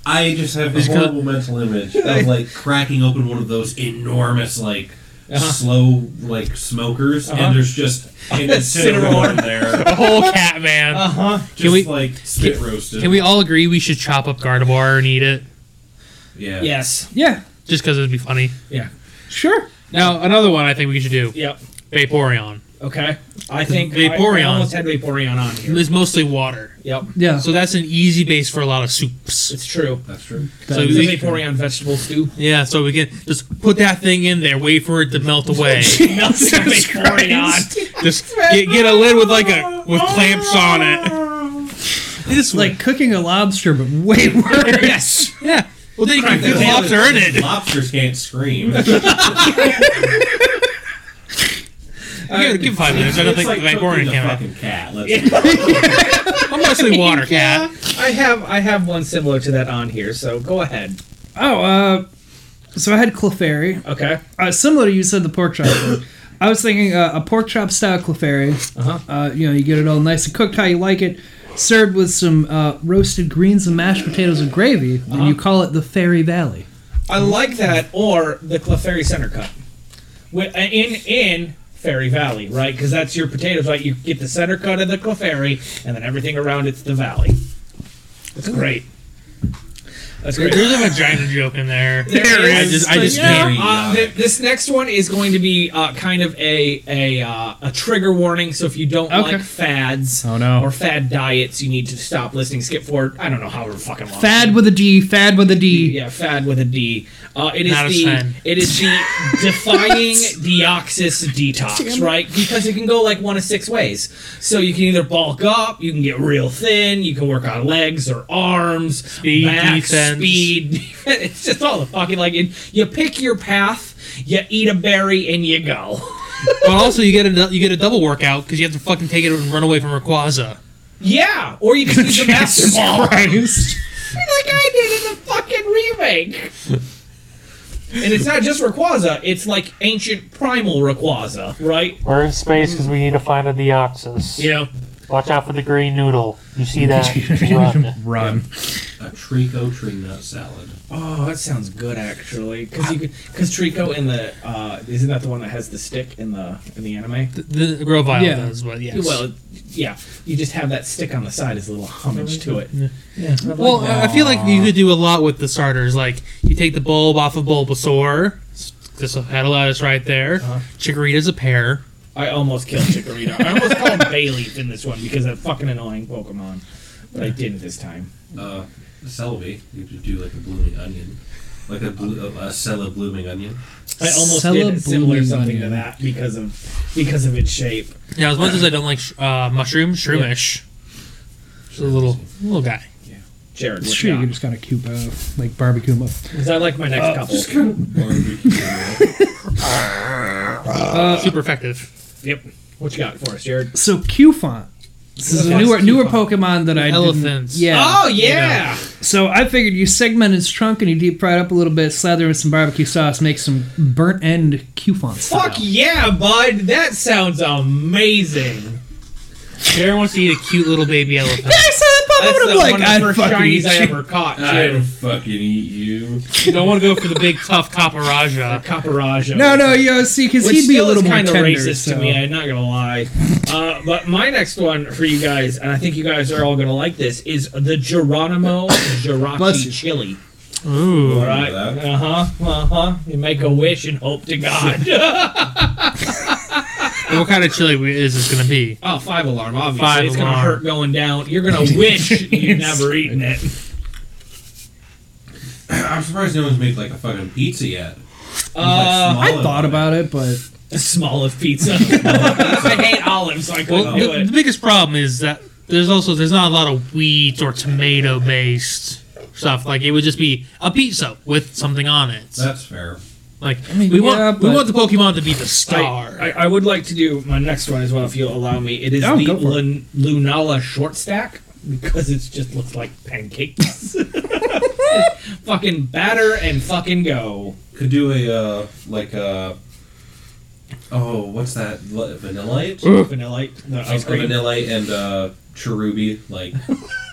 I just have a horrible mental [laughs] image of like cracking open one of those enormous like Uh-huh. slow like smokers, and there's [laughs] just an incineroar in there, The whole cat man. Uh-huh. just we- like spit roasted. Can we all agree we should chop up Gardevoir and eat it? Yeah. Yes. Yeah. Just because it'd be funny. Yeah. Sure. Now, another one I think we should do Yep. Vaporeon. Okay. I think I- I, Vaporeon. almost had Vaporeon on here. It's mostly water. Yep. Yeah. So that's an easy base for a lot of soups. It's true. That's true. So It's a we, Vaporeon vegetable stew. yeah, so we can just put that thing in there, wait for it to melt away. Melting Vaporeon. just get, get a lid with like a with clamps on it. This like cooking a lobster, but way [laughs] worse. yes, yeah. Well, then you can put lobster in it. [laughs] Lobsters [laughs] can't scream. Yeah, give it five minutes. I don't think like Vaporeon cooking a can. fucking cat. Let's I'm mostly water cat. I have I have one similar to that on here, so go ahead. Oh, uh, so I had Clefairy. Okay. Uh, similar to you said the pork chop. thing. I was thinking uh, a pork chop style Clefairy. Uh-huh. you know, you get it all nice and cooked how you like it, served with some uh, roasted greens and mashed potatoes and gravy, Uh-huh. and you call it the Fairy Valley. I like that or the Clefairy Center Cut. With, in in Fairy Valley, right? Because that's your potatoes, right? You get the center cut of the Clefairy, and then everything around it's the valley. It's great. That's There's great. a vagina joke in there. There I is. just, I just Yeah. can't. Uh, th- this next one is going to be uh, kind of a a, uh, a trigger warning. So if you don't Okay. like fads Oh, no. or fad diets, you need to stop listening. Skip forward. I don't know however fucking long. Fad with a D. Fad with a D. yeah, fad with a D. Uh, it is Not a the fan. it is [laughs] the defying deoxys detox, right? Because it can go like one of six ways. So you can either bulk up, you can get real thin, you can work on legs or arms, Speed, back, defense. speed. [laughs] defense. It's just all the fucking like it, you pick your path, you eat a berry, and you go. [laughs] But also, you get a you get a double workout because you have to fucking take it and run away from Rayquaza. Yeah, or you can use a master ball. Christ. like I did in the fucking remake. and it's not just Rayquaza; it's like ancient primal Rayquaza, right? We're in space because we need to find a Deoxys. Yeah. Watch out for the green noodle. You see [laughs] that? Run. Run. A trico tree nut salad. Oh, that sounds good actually, because you because Trico in the uh, isn't that the one that has the stick in the in the anime? The, the Grovyle Yeah. does, but yes. Well, yeah, you just have that stick on the side as a little homage to it. Well, I I feel like you could do a lot with the starters. Like you take the bulb off of Bulbasaur. This Hadalatus right there. Chikorita's a pear. I almost killed Chikorita. I almost called Bayleaf in this one because that fucking annoying Pokemon, but I didn't this time. Uh, celery. You could do like a blooming onion. Like a, blo- a, a cell of blooming onion. I almost Celeblum did similar something to onion. that because of because of its shape. Now, as much as I don't like sh- uh, mushroom, shroomish. Just a little little guy. Jared, what Sure, you you got? just gotta keep uh, like barbecue 'em up. 'Cause I like my next Uh, couple. Super effective. Yep. What you got for us, Jared? So Qfont. This is a What's newer newer Qfont? Pokemon that I didn't- Elephants. yeah. Oh yeah. So I figured you segment his trunk and you deep fry it up a little bit, slather it with some barbecue sauce, make some burnt end Qfont style. Fuck yeah, bud. That sounds amazing. Jared wants to eat a cute little baby elephant. I saw that pop up and I'm like, I'd first fucking eat shinies I you. ever caught. Jared. fucking eat you. You don't want to go for the big tough Caparaja. Caparajo. No, no, yo, see, because Which he'd be a still little is more kind of tender. racist so. to me. I'm not gonna lie. Uh, but my next one for you guys, and I think you guys are all gonna like this, is the [coughs] Geronimo Bless you. Jirachi chili. Ooh, all right. that. Uh huh. Uh huh. You make a wish and hope to God. what kind of chili we- is this going to be? [laughs] Oh, five alarm, obviously. Five it's gonna alarm. hurt going down. You're [laughs] gonna wish you've never eaten it. I'm surprised no one's made like a fucking pizza yet. Uh, I thought about it, but the small of [laughs] pizza. I hate olives, so I couldn't Well, do the, the it. biggest problem is that there's also there's not a lot of wheat or tomato based stuff. Like it would just be a pizza with something on it. That's fair. Like mean, we yeah, want we but- want the Pokemon to be the star. I, I, I would like to do my next one as well, if you'll allow me. It is Oh, the go for it. Lun- Lunala short stack because it just looks like [laughs] pancakes. fucking batter and fucking go. Could do a uh, like a oh what's that L- vanillite? Vanilla the ice A cream. vanillite and uh, cherubi like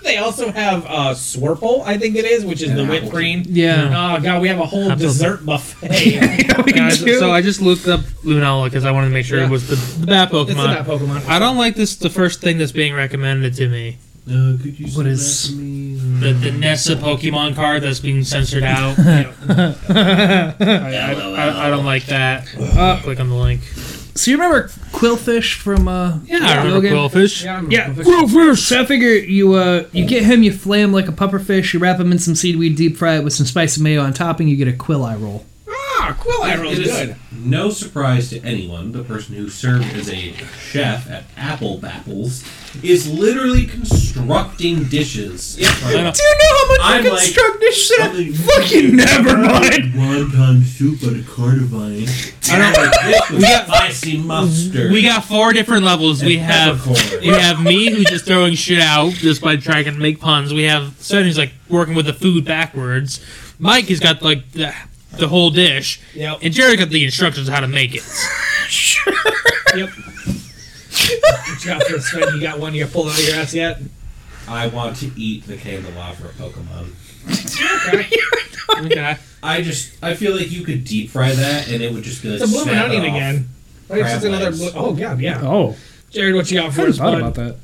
They also have uh, Swirple, I think it is, which is the And whipped apple. cream. yeah. Oh god, we have a whole Apple. dessert buffet. [laughs] Guys, so I just looked up Lunala because I wanted to make sure Yeah. it was the, the bad Pokemon. it's not Pokemon. I don't like this. The first thing that's being recommended to me, Uh, could you What is- the the Nessa Pokemon card that's being censored out. I, I, I, I don't like that. Click on the link. So you remember Quillfish from uh Yeah, I remember Logan? Quillfish. Yeah, Quillfish. So I figure you uh you get him, you flay him like a pufferfish, you wrap him in some seaweed, deep fry it with some spicy mayo on topping, you get a quill eye roll. Ah, Quill Arrow's It is good. no surprise to anyone, the person who served as a chef at Apple Bapples is literally constructing dishes. know. Do you know how much I'm like- dishes in I'm like- Fucking never mind. Wonton soup at a carnivine. I don't know. Spicy mustard. We got four different levels. We And have peppercorn. we have me who's just throwing shit out just by trying to make puns. We have Sven who's like working with the food backwards. Mike has got like the the whole dish, Yep. and Jerry got the instructions how to make it. Yep. what you got for Sven? You got one you pulled out of your ass yet? I want to eat the candelabra Pokemon. Okay. I just, I feel like you could deep fry that and it would just go. It's a blooming onion again. Wait, it's Crab just another. legs. Blo- oh god, yeah. Oh, Jared, what you got I for hadn't us? thought bud? about that.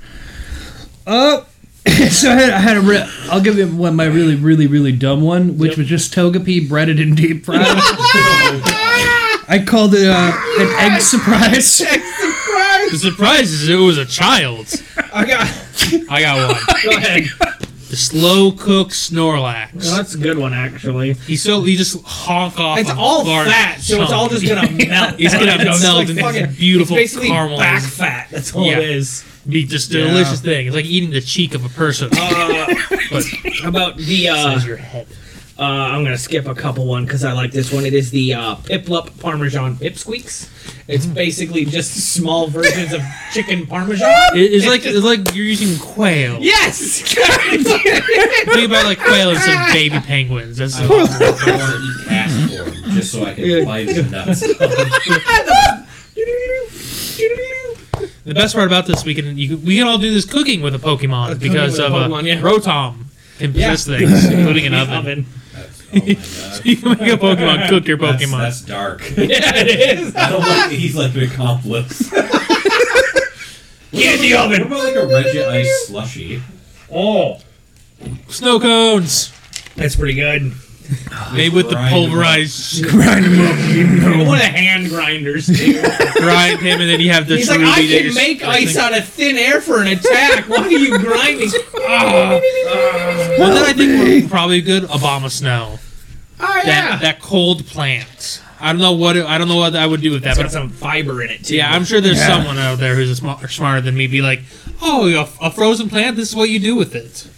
Uh, [laughs] so I had, I had a re- I'll give you one my really really really dumb one, which was just togepi breaded and deep fried. [laughs] I called it uh, [laughs] an egg surprise. [laughs] The surprise is it was a child. I got. I got one. Go [laughs] ahead. The slow cook Snorlax. that's a good one, actually. He's so he just honk off. It's a all large fat, so it's chunk. all just gonna melt. [laughs] He's gonna It's melt like into fucking- this beautiful basically caramel. back fat. That's all Yeah. [laughs] it is. Be just a delicious thing. It's like eating the cheek of a person. Uh, how about the? Uh, It's your head. uh, I'm gonna skip a couple one because I like this one. It is the uh, Piplup Parmesan Pipsqueaks. It's basically just small versions of chicken [laughs] parmesan. It- it's like it's like you're using quail. Yes. [laughs] Think about like quail and some baby penguins. That's I Oh. want to eat ass for him just so I can bite his nuts. Oh The best part about this, we can you, can- we can all do this cooking with a Pokemon because with a of uh, Pokemon, yeah. Rotom can Yeah. [laughs] possess things, including an oven. That's, oh my god. You can [laughs] make a Pokemon cook your That's, Pokemon. that's dark. [laughs] Yeah, it is. [laughs] I don't like that he's like an accomplice. Get in the [laughs] What oven. about like a Regice slushy? Oh, Snow cones that's pretty good. [clears throat] made with the grind pulverized One of the hand grinders. Too. grind him, and then you have the. He's like, Cherubi I that can you're make ice squishing." out of thin air for an attack. Why are you grinding? Ah. One that I think would probably good. Obama Snow. Ah, oh That that cold plant. I don't know what it, I don't know what I would do with that, It's but got some fiber in it too. Yeah, I'm sure there's someone out there who's a sm- smarter than me. Be like, oh, a, a frozen plant. This is what you do [laughs] with it.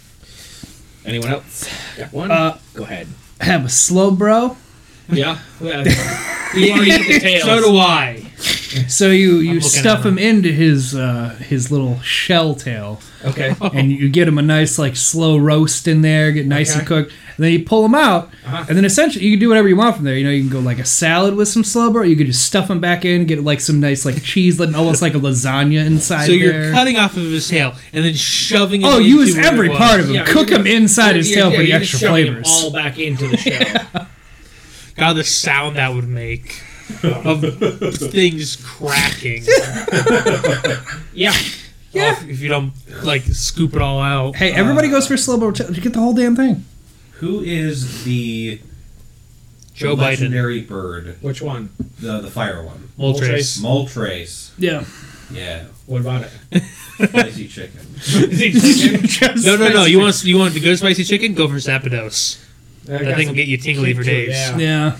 Anyone else? Got one? Uh, Go ahead. Have a slow bro. Yeah. yeah. you already hit [laughs] the tails. So do I. So you, you looking stuff at him. him into his uh, his little shell tail, okay. and you get him a nice like slow roast in there, get nice and cooked. And then you pull him out, Uh-huh. and then essentially you can do whatever you want from there. You know, you can go like a salad with some slow bro. Or you could just stuff him back in, get like some nice like cheese, like almost like a lasagna inside. So you're there. cutting off of his tail and then shoving. it Oh, into use where it every was. part of him. Yeah, Cook you're- him inside his tail for the you're extra just shoving them flavors. All back into the shell. God, the sound that would make of things [laughs] cracking. Yeah. yeah. if you don't like scoop it all out. Hey, Uh, everybody goes for slow bro. tail. You get the whole damn thing. Who is the Joe Biden, legendary bird? Which one? The the fire one. Moltres. Moltres. [laughs] Yeah. Yeah. What about [laughs] it? Spicy chicken. No, no, no. You want you want the good spicy chicken? Go for Zapdos. I That thing will get you tingly for days. Yeah. Yeah.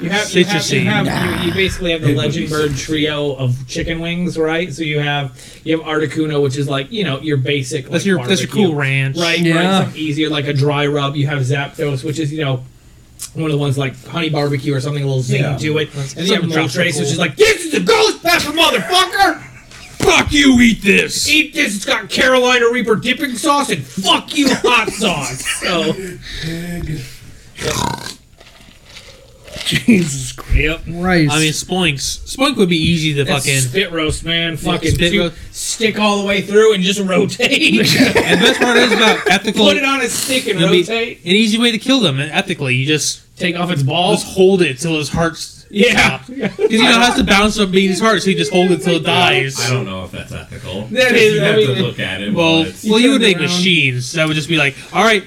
You have, you, have, you, Citrusy. have, you, you basically have the It would be legend bird citrusy. trio of chicken wings, right? So you have you have Articuno, which is like you know your basic. That's like, your that's your barbecue. cool ranch. right? Yeah. right something easier like a dry rub. You have Zapdos, which is you know one of the ones like honey barbecue or something a little zing Yeah. to it, and then you have Something Moltres, tropical. which is like this is the ghost pepper, motherfucker. Fuck you. Eat this. Eat this. It's got Carolina Reaper dipping sauce and fuck you hot sauce. So Jesus yep. Christ. I mean, Spoinks. Spoink would be easy to That's [laughs] fucking. spit roast, man. Fucking spit two- roast. stick all the way through and just rotate. [laughs] And the best part is about ethical. Put it on a stick and It'll be rotate. an easy way to kill them ethically. You just Take off its just balls. hold it till his heart's Oh. [laughs] Yeah. because you know it has to bounce up beat his heart, so you just hold it till it dies. [laughs] I don't know if that's [laughs] ethical. That is- You have I mean, to look at it. Well, but well, you would turn it make around. machines that would just be like, all right,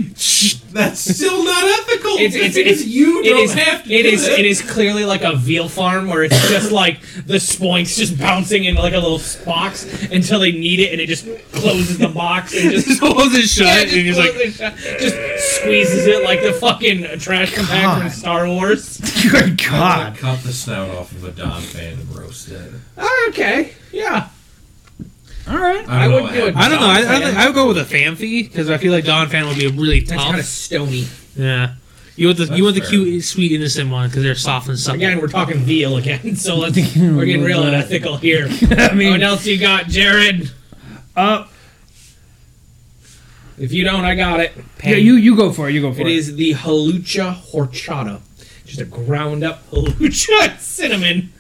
that's still not ethical. It's- it's- because it's- you It don't is, have to. it do is that. it is clearly like a veal farm where it's [laughs] just like the spoinks just bouncing in like a little box until they need it and it just closes the box and just, [laughs] just hold it [laughs] shut, Yeah, and he's like, closes it shut. just squeezes it like the fucking trash compactor in Star Wars. [laughs] good I God. would Cut the snout off of a Don fan and roast it. okay. Yeah. All right. I, don't I know wouldn't do what it. I don't know. I, I, Don think- Fan. I would go with a Famfi because I feel like Don Fan would be really That's kind of tough. stony. Yeah, you want the That's you want the fair. cute, sweet, innocent one because they're soft and supple. Again, we're talking veal again, so [laughs] let's we're getting real unethical here. I mean, what else you got, Jared? Uh, If you don't, I got it. yeah, you, you go for it. You go for It it. is the halucha horchata. Just a ground up [laughs] halucha and cinnamon.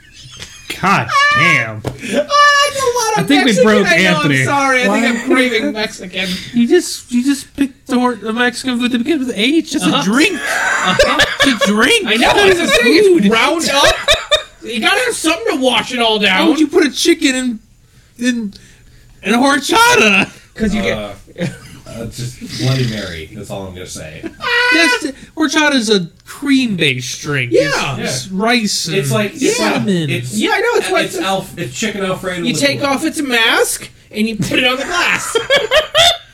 God damn. Ah, I think we Mexican. broke I know, I'm Anthony. I'm sorry. I think I'm craving [laughs] Mexican. You just you just picked the, word, the Mexican food that begins with H. It's a drink. Uh-huh. [laughs] It's a drink. I know. It's a thing. It's ground [laughs] up. You gotta have Oh, something to wash it all Why down. would you put a chicken in in in horchata? because you get Uh, uh, just Bloody Mary. That's all I'm gonna say. That's horchata's a cream-based drink. Yeah. it's rice. And It's like it's Yeah. like it's yeah, I know it's what it's alf, it's chicken alfredo. you take liqueur. off its mask and you put it on the glass.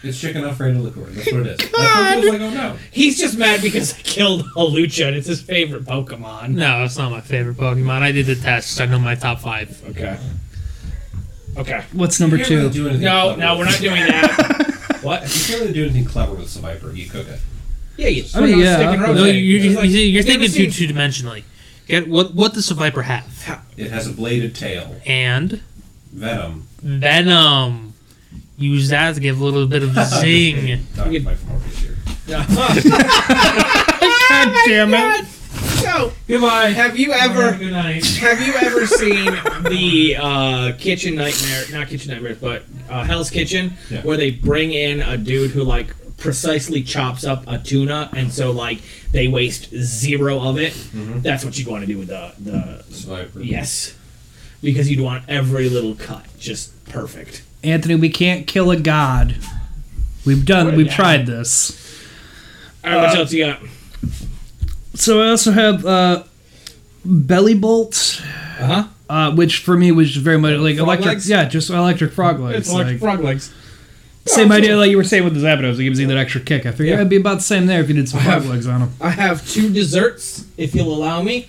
It's chicken alfredo liqueur. That's what it is. God. Like, oh no. He's just mad because I killed Alucha and it's his favorite Pokemon. no, it's not my favorite Pokemon. I did the test. I know my top five. Okay. Okay. What's number You can't really two? do anything No, clever no, with we're not this. doing that. what? You can't really do anything clever with Survivor. You cook it. [laughs] Yeah, you I mean, on a yeah, stick and I- rotate. No, you, It's you, like, you see, you're I've never thinking two seen- two dimensionally. Get what what does Survivor have? It has a bladed tail, And venom. Venom. Use that to give a little bit of a zing. Dr. Mike Morpheus here. [laughs] God damn it! So, goodbye. Have you ever Good night. have you [laughs] ever seen the uh, Kitchen Nightmare? Not Kitchen Nightmares, but uh, Hell's Kitchen, Yeah. where they bring in a dude who like precisely chops up a tuna, and so like they waste zero of it. That's what you'd want to do with the the Survivor. yes, because you'd want every little cut just perfect. Anthony, we can't kill a god. We've done. We've tried this. All right, what else you got? So I also have uh, belly bolt, Uh-huh. uh, which for me was very much like Frog electric. legs? Yeah, just electric frog legs. It's like, like- frog legs. Same idea like you were saying with the Zapdos. It gives you that extra kick. I figure Yeah. it'd be about the same there if you did some frog have- legs on them. I have two desserts, if you'll allow me.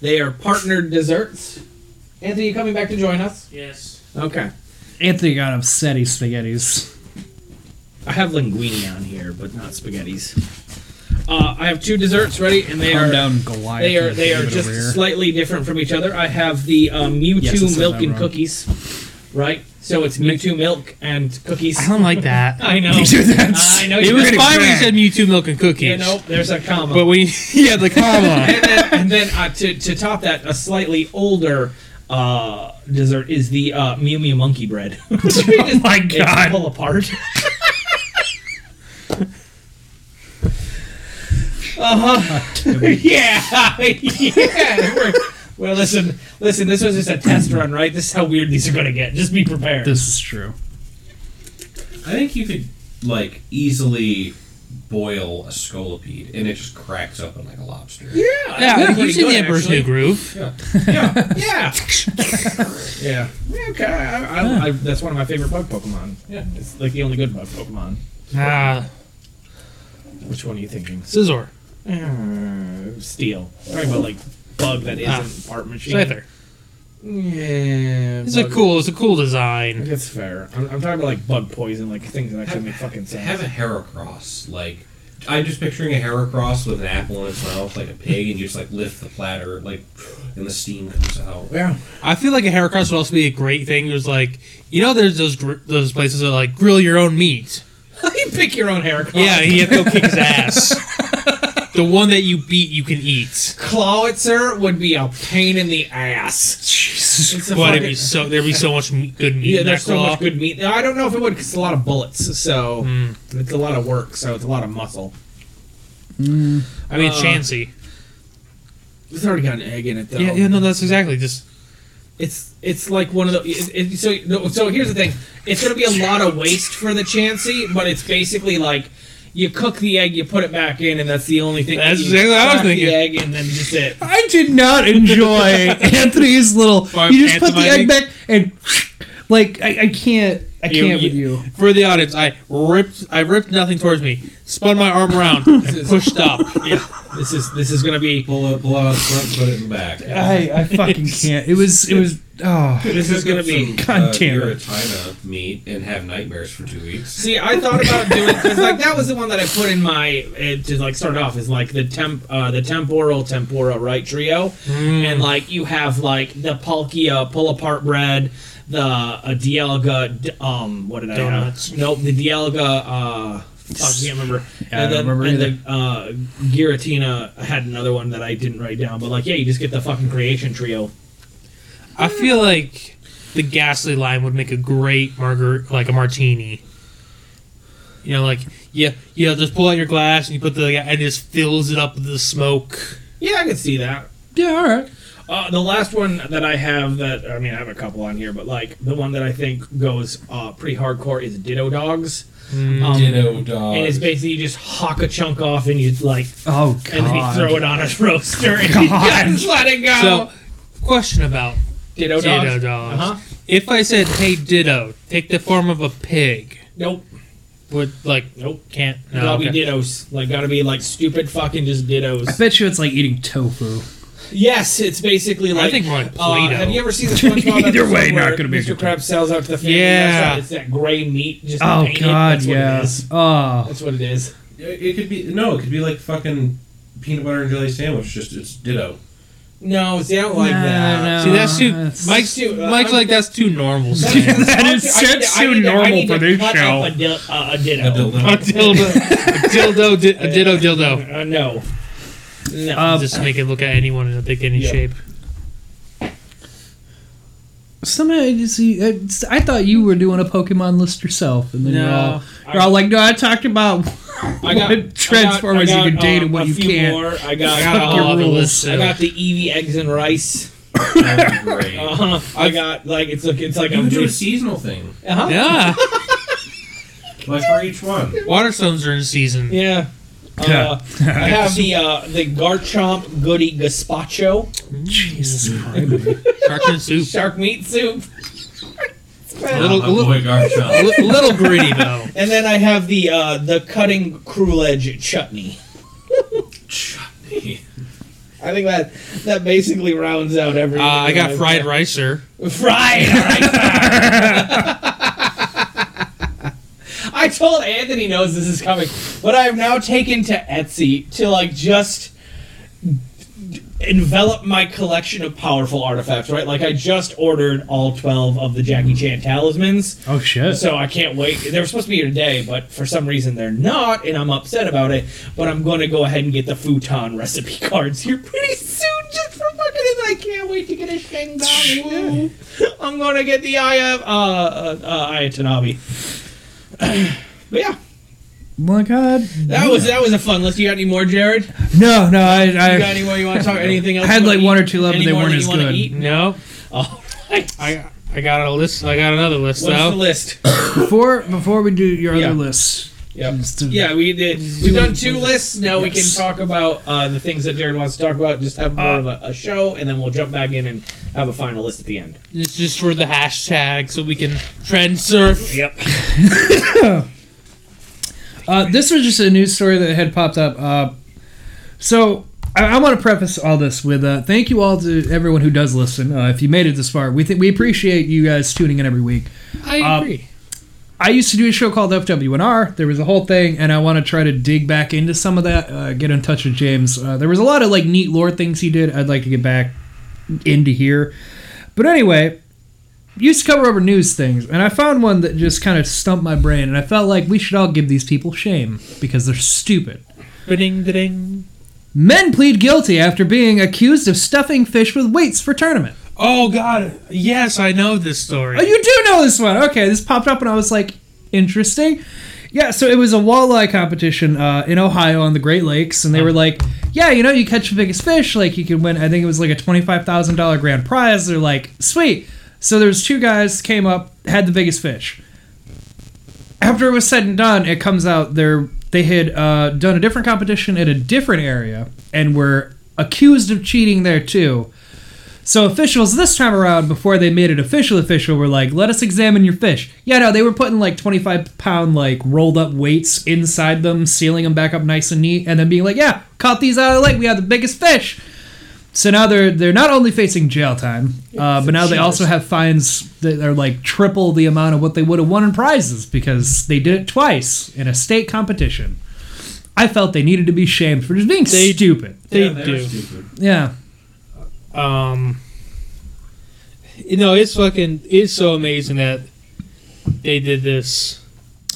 They are partnered desserts. Anthony, you coming back to join us? Yes. Okay. Anthony got upset. He's spaghetti's. I have linguine on here, but not spaghetti's. Uh, I have two desserts ready, and they Calm are down, Goliath. they are they Leave are it over just here. slightly different from each other. I have the uh, Mewtwo Yes, I said milk that and wrong. cookies, right? So it's Mewtwo milk and cookies. I don't [laughs] like that. I know. I know. It you was did. fine when you said Mewtwo milk and cookies. You know, there's a comma. But [laughs] we yeah the comma. and then, and then uh, to, to top that, a slightly older uh, dessert is the uh, Mew Mew Monkey Bread. [laughs] oh [laughs] my God. pull [laughs] apart. uh-huh. [laughs] yeah. yeah. We're- well, listen, listen. This was just a test run, right? This is how weird these are gonna get. Just be prepared. This is true. I think you could like easily boil a scolipede, and it just cracks open like a lobster. Yeah. Yeah, pretty you've seen good, the Emperor's actually. New Groove. [laughs] yeah, yeah, yeah. Yeah, Okay, I, I, I, that's one of my favorite bug Pokemon. Yeah, it's like the only good bug Pokemon. Ah, Which one are you thinking? Scizor, Uh, steel. Talking about like bug that isn't part machine. Scyther. Yeah, It's a bug- cool, it's a cool design. That's fair. I'm, I'm talking about like bug poison, like things that actually make fucking To have sense. a Heracross, like I'm just picturing a Heracross with an apple in its mouth, like a pig, and you just like lift the platter, like, and the steam comes out. [laughs] Yeah. I feel like a haircut would also be a great thing. There's like, you know, there's those gr- those places that like grill your own meat. you pick your own hair. Claw. Yeah, you have to go kick his ass. [laughs] the one that you beat, you can eat. Clawitzer would be a pain in the ass. Jesus, it's a But it'd fucking- be so there'd be so much me- good meat. Yeah, in that there's so claw. much good meat. I don't know if it would 'cause it's a lot of bullets, so Hmm. it's a lot of work, so it's a lot of muscle. I mean, uh, Chansey. It's already got an egg in it, though. Yeah, yeah, no, that's exactly just. It's it's like one of the it, it, so no, so here's the thing. It's gonna be a lot of waste for the Chansey, but it's basically like you cook the egg, you put it back in, and that's the only thing. That's you exactly what I was crack thinking. The egg, and then just it. I did not [laughs] enjoy Anthony's little. Farm you just put the pantomiming? egg back and like I, I can't. I You- can't you- with you. For the audience, I ripped. I ripped nothing towards me. Spun my arm [laughs] around, and pushed up. This is this is gonna be Pull it, pull out its front, put it in the [laughs] back. I, [laughs] I fucking can't. It was. It was. Oh. this is gonna be. God damn it. Giratina uh, meat and have nightmares for two weeks. See, I thought about doing because like that was the one that I put in my uh, to like start off is like the temp uh, the temporal tempura right trio, and like you have like the palkia pull apart bread, the uh, dialga d- um what did Donuts. I have? Nope, the dialga. Uh, fuck, I can't remember. Yeah, I and don't then, remember and either. the uh, Giratina had another one that I didn't write down, but like yeah, you just get the fucking creation trio. I feel like the ghastly lime would make a great margar like a martini. You know, like yeah, you know, just pull out your glass and you put the and it just fills it up with the smoke. Yeah, I could see that. Yeah. All right. Uh, the last one that I have that I mean I have a couple on here, but like the one that I think goes uh, pretty hardcore is Ditto Dogs. Mm, Um, Ditto dog. And it's basically you just hawk a chunk off and you like Oh and then you god. throw it on a [laughs] roaster [laughs] and you just let it go. So, question about Ditto Dogs. Ditto dogs. Uh-huh. If I said, "Hey, Ditto, take the form of a pig," Nope. would like Nope. can't no, gotta okay. be dittos. Like gotta be like stupid fucking just dittos. I bet you it's like eating tofu. Yes, it's basically like. I think more like uh, Play-Doh. have you ever [laughs] seen the SpongeBob Either episode way, not where gonna be a Mr. good Krabs sells out to the family Yeah. restaurant? It's that gray meat just Oh painted. god, That's What it yeah. is. Oh, That's what it is. It it could be no. It could be like fucking peanut butter and jelly sandwich. Just it's [laughs] ditto. No, see, I don't like Nah, that. nah. See, that's too. That's- Mike's too- uh, Mike's I'm- like that's [laughs] too normal. [laughs] that I is need to- I that's need to- I too need to- I normal need for to this cut show. up A, dil- uh, a ditto. A dildo. a dildo, a [laughs] dildo, di- a ditto, dildo. Uh, no. No. Uh, Just make it look at anyone and pick any Yeah. shape. Somehow, you see, it's- I thought you were doing a Pokemon list yourself, and then you're all, No. you're all like, "No, I talked about [laughs] I got, what Transformers I got, you can date um, and what a you few can't." More. I got, I I got your all of the rules. lists. I too. got the Eevee eggs and rice. That would be great. Uh, Uh-huh. I got like it's like it's like You a could do a juice seasonal thing, Uh-huh. yeah, like for each [laughs] one. Waterstones are in season. Yeah. Uh, I have the uh, the Garchomp Goody Gazpacho Jesus Christ. Shark fin soup. shark meat soup, A little, My a little, boy Garchomp. li- little gritty [laughs] though. and then I have the uh, the cutting cruel edge chutney. I think that that basically rounds out everything. Uh, I got I've- fried rice, sir. Fried. rice. [laughs] I told Anthony knows this is coming, but I have now taken to Etsy to like just envelop my collection of powerful artifacts. Right, like I just ordered all twelve of the Jackie Chan talismans. Oh shit. So I can't wait. They were supposed to be here today, but for some reason they're not, and I'm upset about it. But I'm going to go ahead and get the futon [laughs] recipe cards here pretty soon, just for fucking it. I can't wait to get a Shengang Wu. I'm going to get the Eye of uh, uh, uh, Ayatanabe. [sighs] but yeah, My God. that was that was a fun list. You got any more, Jared? You No, no, I, got I, any more you want to talk? [laughs] Anything I else? had you wanna like one eat? or two left, but Any they more weren't that as you wanna good. Eat? No, All right. I I got a list. I got another list What's though. the list? Before before we do your Yeah. other lists, Yep. just to- Yeah, we did. We've done two lists. Now we can talk about uh, the things that Jared wants to talk about. Just have more of a, a show, and then we'll jump back in and have a final list at the end. It's just for the hashtag, so we can trend surf. Yep. Uh, this was just a news story that had popped up. Uh, so I, I want to preface all this with uh, thank you all to everyone who does listen. Uh, if you made it this far, we think we appreciate you guys tuning in every week. I agree. I used to do a show called FWNR. There was a whole thing, and I want to try to dig back into some of that. Uh, get in touch with James. Uh, there was a lot of like neat lore things he did. I'd like to get back into here, but anyway, used to cover over news things, and I found one that just kind of stumped my brain, and I felt like we should all give these people shame because they're stupid. Ding ding. Men plead guilty after being accused of stuffing fish with weights for tournament. Oh God! Yes, I know this story. Oh, you do know this one. Okay, this popped up and I was like, interesting. Yeah, so it was a walleye competition uh, in Ohio on the Great Lakes, and they were like, yeah, you know, you catch the biggest fish, like you could win. I think it was like a twenty-five thousand dollar grand prize. They're like, sweet. So there's two guys came up, had the biggest fish. After it was said and done, it comes out they they had uh, done a different competition in a different area and were accused of cheating there too. So officials this time around, before they made it official, official were like, "Let us examine your fish." Yeah, no, they were putting like twenty-five pound like rolled up weights inside them, sealing them back up nice and neat, and then being like, "Yeah, caught these out of the lake. We had the biggest fish." So now they're they're not only facing jail time, uh, but now they also have fines that are like triple the amount of what they would have won in prizes because they did it twice in a state competition. I felt they needed to be shamed for just being stupid. they Yeah, do. they're stupid. Yeah. Um, you know, it's fucking, it's so amazing that they did this.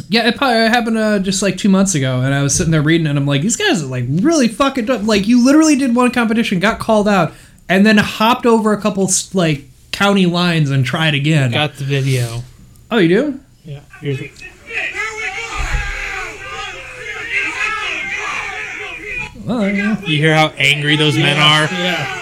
Yeah, it probably happened uh, just like two months ago, and I was sitting there reading, and I'm like, these guys are like really fucking up. Like, you literally did one competition, got called out, and then hopped over a couple like county lines and tried again. Got the video. oh, you do? Yeah, here's it. Well, yeah. You hear how angry those men are? Yeah.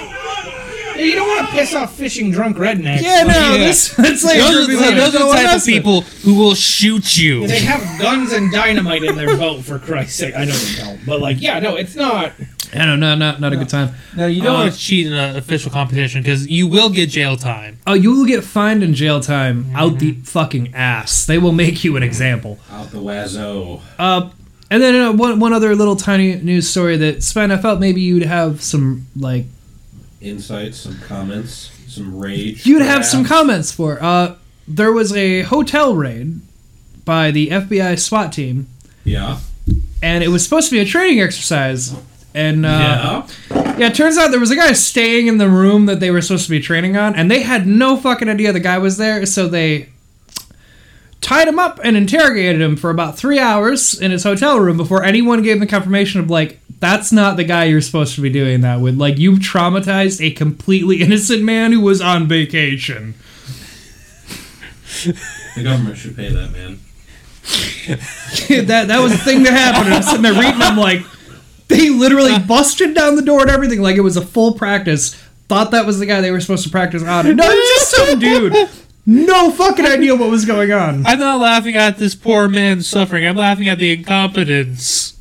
You don't want to piss off fishing drunk rednecks. Yeah, no, Yeah. this that's like Those, are- like, those are no the one type of else would. people who will shoot you. They have guns and dynamite in their boat, for Christ's sake. I know they don't, but like, yeah, no, it's not. I don't know, not not a good time. Uh, No, you don't want to cheat in an official competition because you will get jail time. Oh, you will get fined and jail time out the fucking ass. They will make you an example. Out the wazzo. Uh, and then uh, one one other little tiny news story that Sven, I felt maybe you'd have some like Insights, some comments, some rage. you'd have some perhaps. comments for. Uh, there was a hotel raid by the FBI SWAT team, Yeah. and it was supposed to be a training exercise. And uh, yeah. it turns out there was a guy staying in the room that they were supposed to be training on, and they had no fucking idea the guy was there, so they tied him up and interrogated him for about three hours in his hotel room before anyone gave him the confirmation of like that's not the guy you're supposed to be doing that with like you've traumatized a completely [laughs] innocent man who was on vacation The government should pay that man. that that was the thing that happened. I'm sitting there reading. I'm like, they literally busted down the door and everything. Like it was a full practice. Thought that was the guy they were supposed to practice on. No, it's just some dude. No fucking idea what was going on. I'm not laughing at this poor man's suffering. I'm laughing at the incompetence.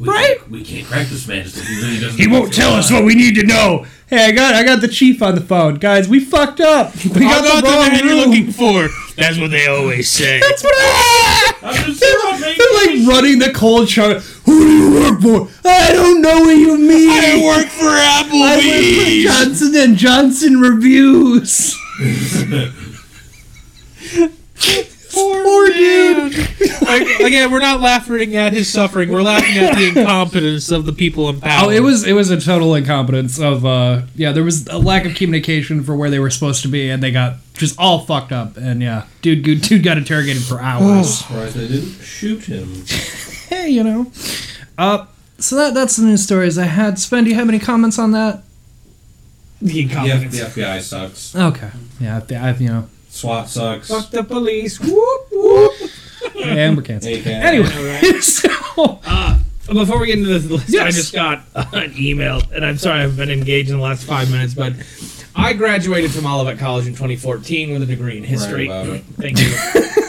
We Right? Can't, we can't crack this man. He really doesn't. He won't tell us what we need to know. Hey, I got I got the chief on the phone, guys. We fucked up. We got I'm the not wrong man you're room. looking for. That's what they always [laughs] say. That's what I. I'm just [laughs] They're like running the cold shower. Who do you work for? I don't know what you mean. I work for I work for Applebee's. Johnson and Johnson reviews. Poor, dude. Like, Again, we're not laughing at his suffering. We're laughing at the incompetence of the people in power. Oh, it was it was a total incompetence of uh yeah, there was a lack of communication for where they were supposed to be and they got just all fucked up and yeah. Dude dude, dude got interrogated for hours. surprised they didn't shoot him. [sighs] hey, you know. Uh so that that's the news stories I had. Sven, do you have any comments on that? the The, F- incompetence. the FBI sucks. Okay. Yeah, I- I, you know, SWAT sucks. Fuck the police. Whoop whoop. and we're canceled. Hey, Kat. [laughs] Anyway, so Before we get into this list, I Yes. just got an email, and I'm sorry I've been engaged in the last five minutes, but I graduated from Olivet College in 2014 with a degree in history. Brag about it. Thank you.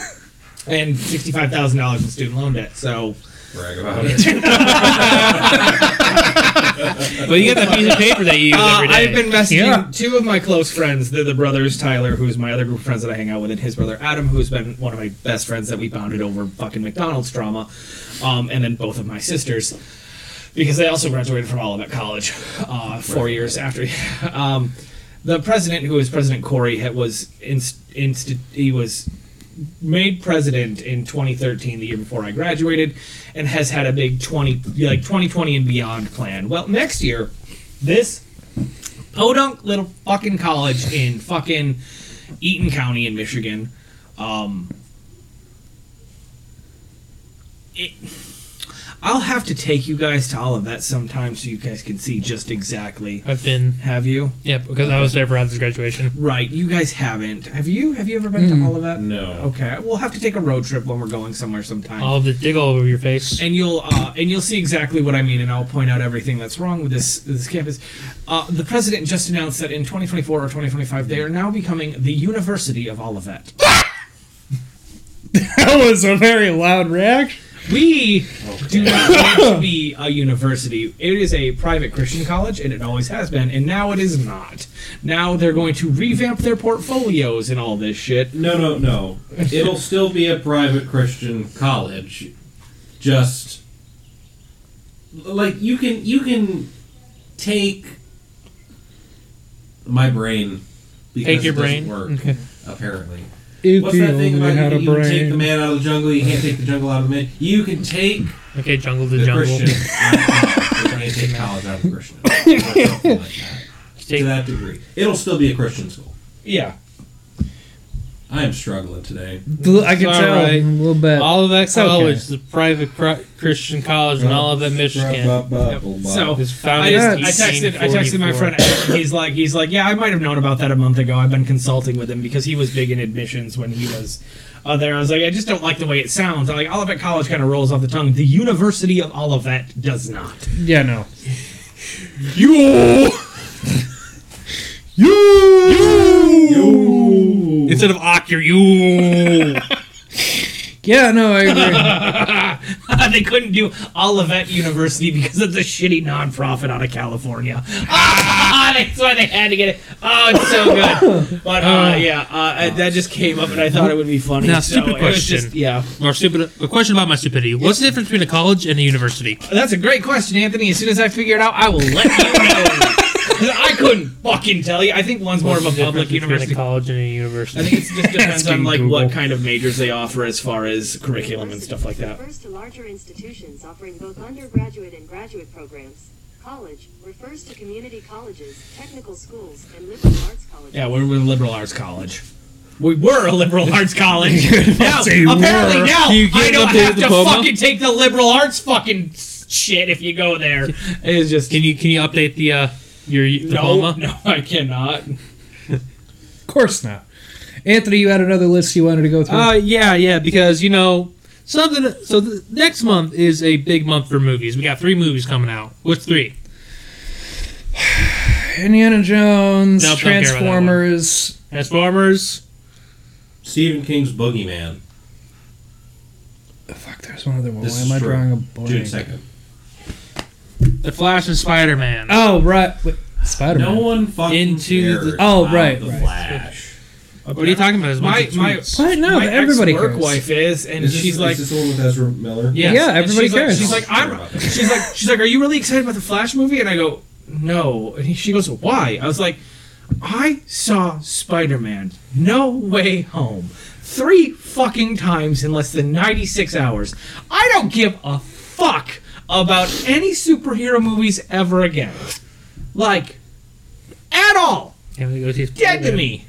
and $65,000 in student loan debt. So Brag about it. But you got that piece of paper that you use Uh, every day. I've been messaging Yeah. two of my close friends. They're the brothers Tyler, who's my other group of friends that I hang out with, and his brother Adam, who's been one of my best friends that we bonded over fucking McDonald's drama. Um, and then both of my sisters, because they also graduated from Olivet College uh, four years after. [laughs] Um, the president, who was President Corey, had- was inst- inst- he was made president in 2013, the year before I graduated, and has had a big 20 like 2020 and beyond plan. Well, next year, this podunk little fucking college in fucking Eaton County in Michigan. Um, it, I'll have to take you guys to Olivet sometime so you guys can see just exactly. I've been. Have you? Yeah, because I was there for Adam's graduation. Right, you guys haven't. Have you? Have you ever been to Olivet? No. Okay, we'll have to take a road trip when we're going somewhere sometime. All of the dig all over your face. and you'll uh, and you'll see exactly what I mean, and I'll point out everything that's wrong with this this campus. Uh, the president just announced that in 2024 or 2025, they are now becoming the University of Olivet. that was a very loud reaction. We do not want to be a university. It is a private Christian college, and it always has been, and now it is not. Now they're going to revamp their portfolios and all this shit. No, no, no. It'll still be a private Christian college. Just like you can you can take my brain because Take your it doesn't brain? work apparently. If What's that thing about you, you can take the man out of the jungle, you can't take the jungle out of the man. You can take Okay, jungle to the jungle. Christian. We're trying to take college out of the [laughs] Christian. Something like that. Take- to that degree, it'll still be a Christian school. Yeah. I am struggling today. I can All tell right. a little bit. All of that okay. college, the private pri- Christian college, and all of that Michigan So was I, founded. in just, I texted I texted my 1844. friend. Adam, He's like he's like yeah I might have known about that a month ago. I've been consulting with him because he was big in admissions when he was uh, there. I was like I just don't like the way it sounds. I'm like Olivet College kind of rolls off the tongue. The University of Olivet does not. yeah, no. You. You. Instead of Ock, you're you. Yeah, no, I [laughs] agree. [laughs] they couldn't do Olivet University because it's a shitty nonprofit out of California. [laughs] Ah, that's why they had to get it. Oh, it's so good. But [laughs] uh, yeah, uh, that just came up, and I thought it would be funny. Now, so stupid it was just- question. yeah, Or stupid. A question about my stupidity. What's the difference between a college and a university? that's a great question, Anthony. As soon as I figure it out, I will let you know. 'Cause I couldn't fucking tell you. I think one's more of a public university. a college and a I university. think it just depends on Asking like Google. what kind of majors they offer as far as curriculum and stuff like that. refers to larger institutions offering both undergraduate and graduate programs. College refers to community colleges, technical schools, and liberal arts colleges. Yeah, we're, we're a liberal arts college. We were a liberal arts [laughs] college. now, say apparently were. now Do you get I an don't updated have to diploma? fucking take the liberal arts fucking shit if you go there. It's just Can you can you update the uh, your no, diploma? [laughs] no, I cannot. of course not. Anthony, you had another list you wanted to go through. Uh, yeah, yeah, because you know something. So the, next month is a big month for movies. We got three movies coming out. What's three? Indiana Jones, Nope, don't care about that one. Transformers. Transformers. Stephen King's Boogeyman, Oh, fuck, there's one other one. This Why is am I for drawing a June blank? second. The Flash and Spider Man. Oh right, Spider Man. No one fucking Into cares the- Oh, about right, the right. Flash. what are you talking about? There's a My bunch of my, tweets. What? No, my everybody ex-work cares. wife is, and Is this, she's like, is this the one with Ezra Miller? Yes. Yeah, and everybody she's like- cares. she's like, I'm, she's like, she's like, are you really excited about the Flash movie? And I go, no. And he, she goes, why? I was like, I saw Spider Man No Way Home three fucking times in less than 96 hours. I don't give a fuck about any superhero movies ever again. Like, at all. Can't we go see Dead to me.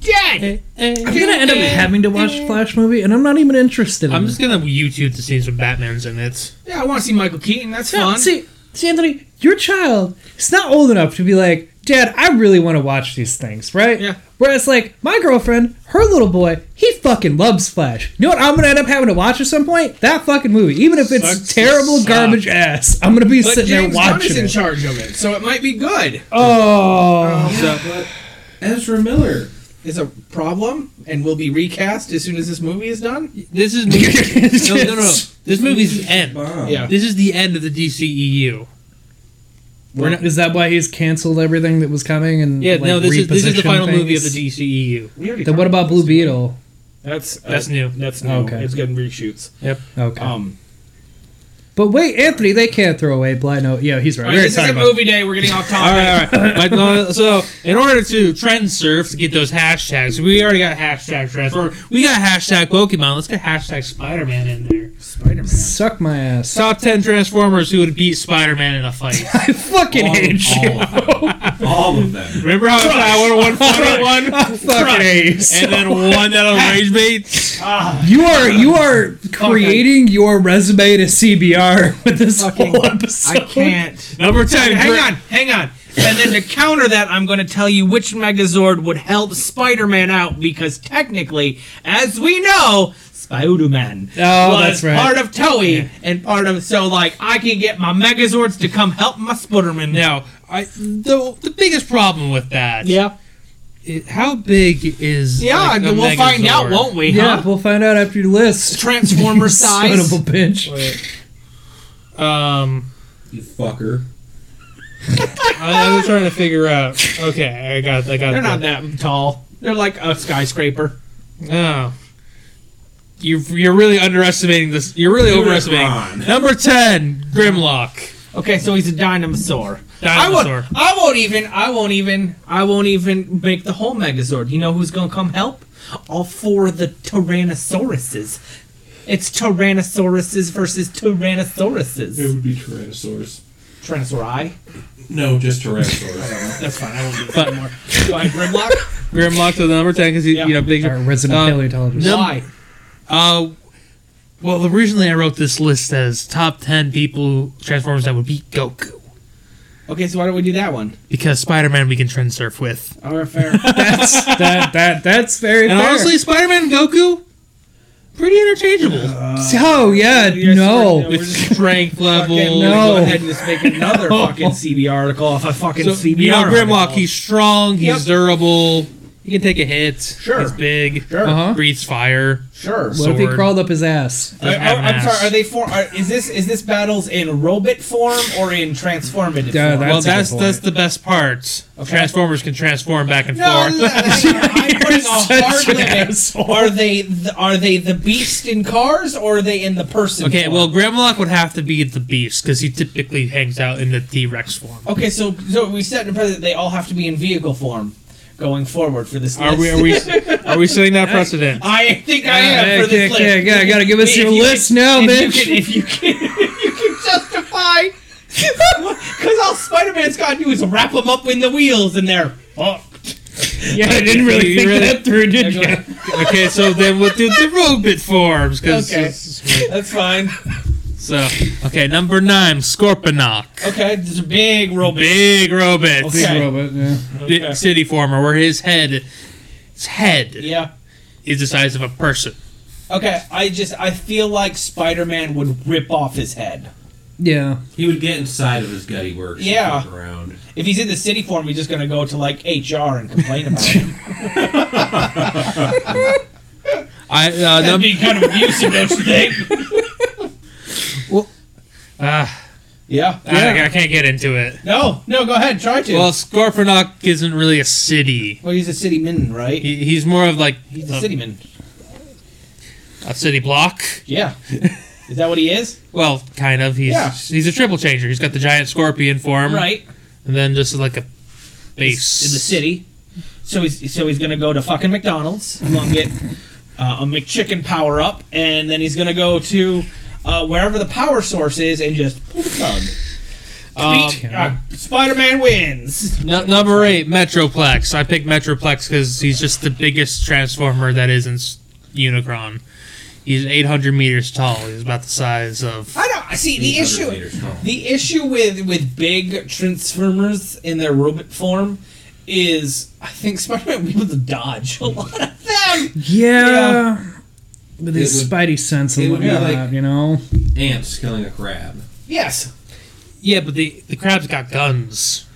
Dead. I'm gonna end up having to watch the Flash movie, and I'm not even interested. In I'm it. just gonna YouTube the scenes with Batman's in it. Yeah, I want to see Michael Keaton. That's No, fun. See, see, Anthony, your child is not old enough to be like, Dad, I really want to watch these things, right? Yeah. Whereas, like, my girlfriend, her little boy, he fucking loves Flash. You know what I'm going to end up having to watch at some point? That fucking movie. Even if it's Sucks terrible to suck. garbage ass, I'm going to be but sitting James there Gunn watching is in it. charge of it, so it might be good. oh. Yeah, but Ezra Miller. is a problem and will be recast as soon as this movie is done. This [laughs] is no, no, no, no. This movie's end. Bomb. Yeah. This is the E end of the DCEU. We're not, is that why he's canceled everything that was coming? And Yeah, like, no, this is this is the repositioned final movie of things? the E DCEU. We already Then talked what about Blue this. Beetle? That's That's new. That's new. Okay. It's getting reshoots. Okay. Um, but wait, Anthony, they can't throw away Blind Note. Yeah, he's right. all We right, already this is talked a about movie day. We're getting off topic. All right, [laughs] all right. But, uh, so, in order to trend surf to get those hashtags, we already got hashtag transform. We got hashtag Pokemon. Let's get hashtag Spider Man in there. Spider-Man. Suck my ass. Top ten Transformers who would beat Spider Man in a [laughs] fight. I [laughs] fucking hate you. All of them. All [laughs] of them. Remember how I went one for [laughs] one, I fucking hate you. so- and then one [laughs] that'll rage bait. You are you are creating your resume to CBR [laughs] with this whole episode. I can't. Number ten. Hang Gr- on, hang on. And then to counter that, I'm going to tell you which Megazord would help Spider-Man out because technically, as we know, Spider-Man Oh, was that's right. part of Toei and part of so like I can get my Megazords to come help my Spider-Man. Now, I the the biggest problem with that. Yeah. It, how big is? Yeah, like, a and we'll find out, Megazord? won't we? Yeah, Huh? we'll find out after your list. [laughs] Transformer Son size. of a bitch. Um. You fucker. I, I was trying to figure out. Okay, I got. I got. They're not that. that tall. They're like a skyscraper. Oh. You you're really underestimating this. You're really overestimating. Unicron. Number ten, Grimlock. Okay, so he's a dinosaur. Dinosaur. I won't, I won't even. I won't even. I won't even make the whole Megazord. You know who's gonna come help? All four of the Tyrannosauruses. It's Tyrannosauruses versus Tyrannosauruses. would be Tyrannosaurus. Tyrannosauri. No, just Tyrannosaurus. That's fine. I won't do that anymore. Do I Grimlock? Grimlock to the number ten because he Yeah. you know big. Our resident Uh, paleontologist. [laughs] no. Why? Uh, well, originally I wrote this list as top ten people Transformers that would beat Goku Okay, so why don't we do that one? because Spider-Man we can trend surf with. [laughs] All right, fair. That's that that that's very And fair. honestly, Spider-Man and Goku, pretty interchangeable. oh yeah, no. With strength level. No. Go ahead and just make [laughs] another fucking CB article if I fucking So, CB you know, article. Grimlock, he's strong, he's Yep. durable, he can take a hit. Sure. He's big, Sure. Uh-huh. breathes fire. Sure. What if he Sword. crawled up his ass? I, have an am ass. sorry. Are they for? Are, is this is this battles in robot form or in transformative? Yeah, form? that's well, a good that's point. that's the best part. Okay. Transformers can transform back and No, forth. no, [laughs] hang on, I'm putting a such hard an limit. Are they the, are they the beast in cars or are they in the person? Okay, form? well, Grimlock would have to be the beast because he typically hangs out in the T Rex form. okay. So so we set in precedent they all have to be in vehicle form going forward for this. Are we? list. Are [laughs] we? Uh, Are we setting that precedent? [laughs] I think I am Yeah, for yeah, this yeah, list. yeah, gotta give us If your you list can- now, if bitch. [laughs] You can, if you can, [laughs] if you can justify, [laughs] because all Spider-Man's got to do is wrap them up in the wheels, and they're fucked. Yeah, I didn't really think that through, did Yeah, go you? [laughs] okay, so then we'll do the robot forms because. Okay. That's fine. So okay, number nine, Scorponok, Okay, there's a big robot. big robot, Okay. Big robot, yeah. Big Okay. city former, where his head, his head Yeah. is the size of a person. Okay, I just I feel like Spider-Man would rip off his head. Yeah. He would get inside of his gutty works. Yeah. And poke around. If he's in the city form, he's just gonna go to like HR and complain about [laughs] it. I uh, That'd num- be kind of abusive, don't you [laughs] think? ah, [laughs] Yeah. I, I can't get into it. No, no, go ahead, try to. Well, Well, Scorponok isn't really a city. he's a city min, right? He, he's more of like He's a a, city [laughs] min. a city block. Yeah. Is that what he is? Well, kind of. He's Yeah. he's a triple changer. He's got the giant scorpion form, Right. And then just like a base In the city. So he's so he's gonna go to fucking McDonald's. He's gonna get uh, a McChicken power up, and then he's gonna go to uh, wherever the power source is and just thug. Um, uh, Spider-Man wins. Nu- number eight, Metroplex. I picked Metroplex because he's just the biggest transformer that isn't s- Unicron. He's 800 meters tall. He's about the size of. I don't see the 800 issue. meters tall. The issue with with big transformers in their robot form is I think Spider-Man would be able to dodge a lot of them. Yeah. Yeah. With his It would- spidey sense and it would be whatnot, like- you know? Ants killing a crab. Yes. Yeah, but the the crab's got guns.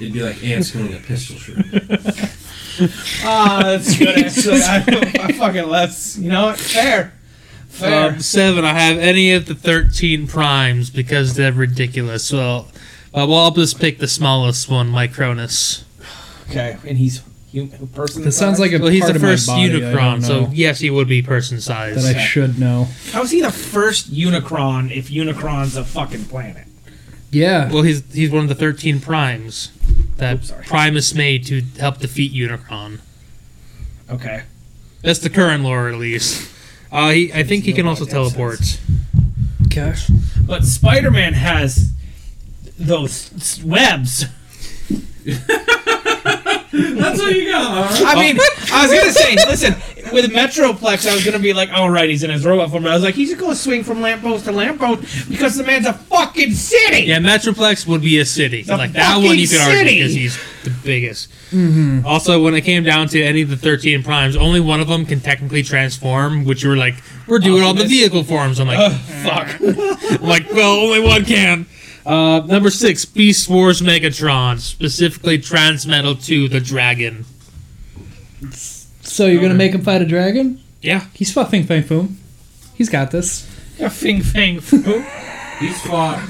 It'd be like ants killing a pistol shrimp. Ah, that's good. Actually, [laughs] I, I fucking left. You know what? Fair, fair. Um, seven. I have any of the 13 primes because they're ridiculous. Well, uh, well, I'll just pick the smallest one, Micronus. okay, and he's human person. That sounds like a Well, he's part the of my first body I don't Unicron, so know yes, he would be person size. that I should know. how is he the first Unicron if Unicron's a fucking planet? Yeah. Well, he's he's one of the thirteen primes that Oops, sorry. Primus made to help defeat Unicron. Okay, That's the current lore, at least. Uh, he, I think he can also teleport. Gosh. but Spider-Man has those s- webs. That's what you got. All right. I mean, I was gonna say, listen, with Metroplex, I was gonna be like, all right, he's in his robot form. But I was like, he's gonna swing from lamppost to lamppost because the man's a fucking city. Yeah, Metroplex would be a city. a like that one, you could fucking argue city! Mm-hmm. because he's the biggest. Also, when it came down to any of the thirteen primes, only one of them can technically transform. Which you were like, we're doing all the Optimus? vehicle forms. I'm like, Fuck. [laughs] I'm like, well, only one can. Uh, number six, Beast Wars Megatron, specifically Transmetal 2, the dragon. So you're gonna make him fight a dragon? Yeah. He's fucking Fang Foom. He's got this. Yeah, Fing Fang Foo. He's [laughs] fought.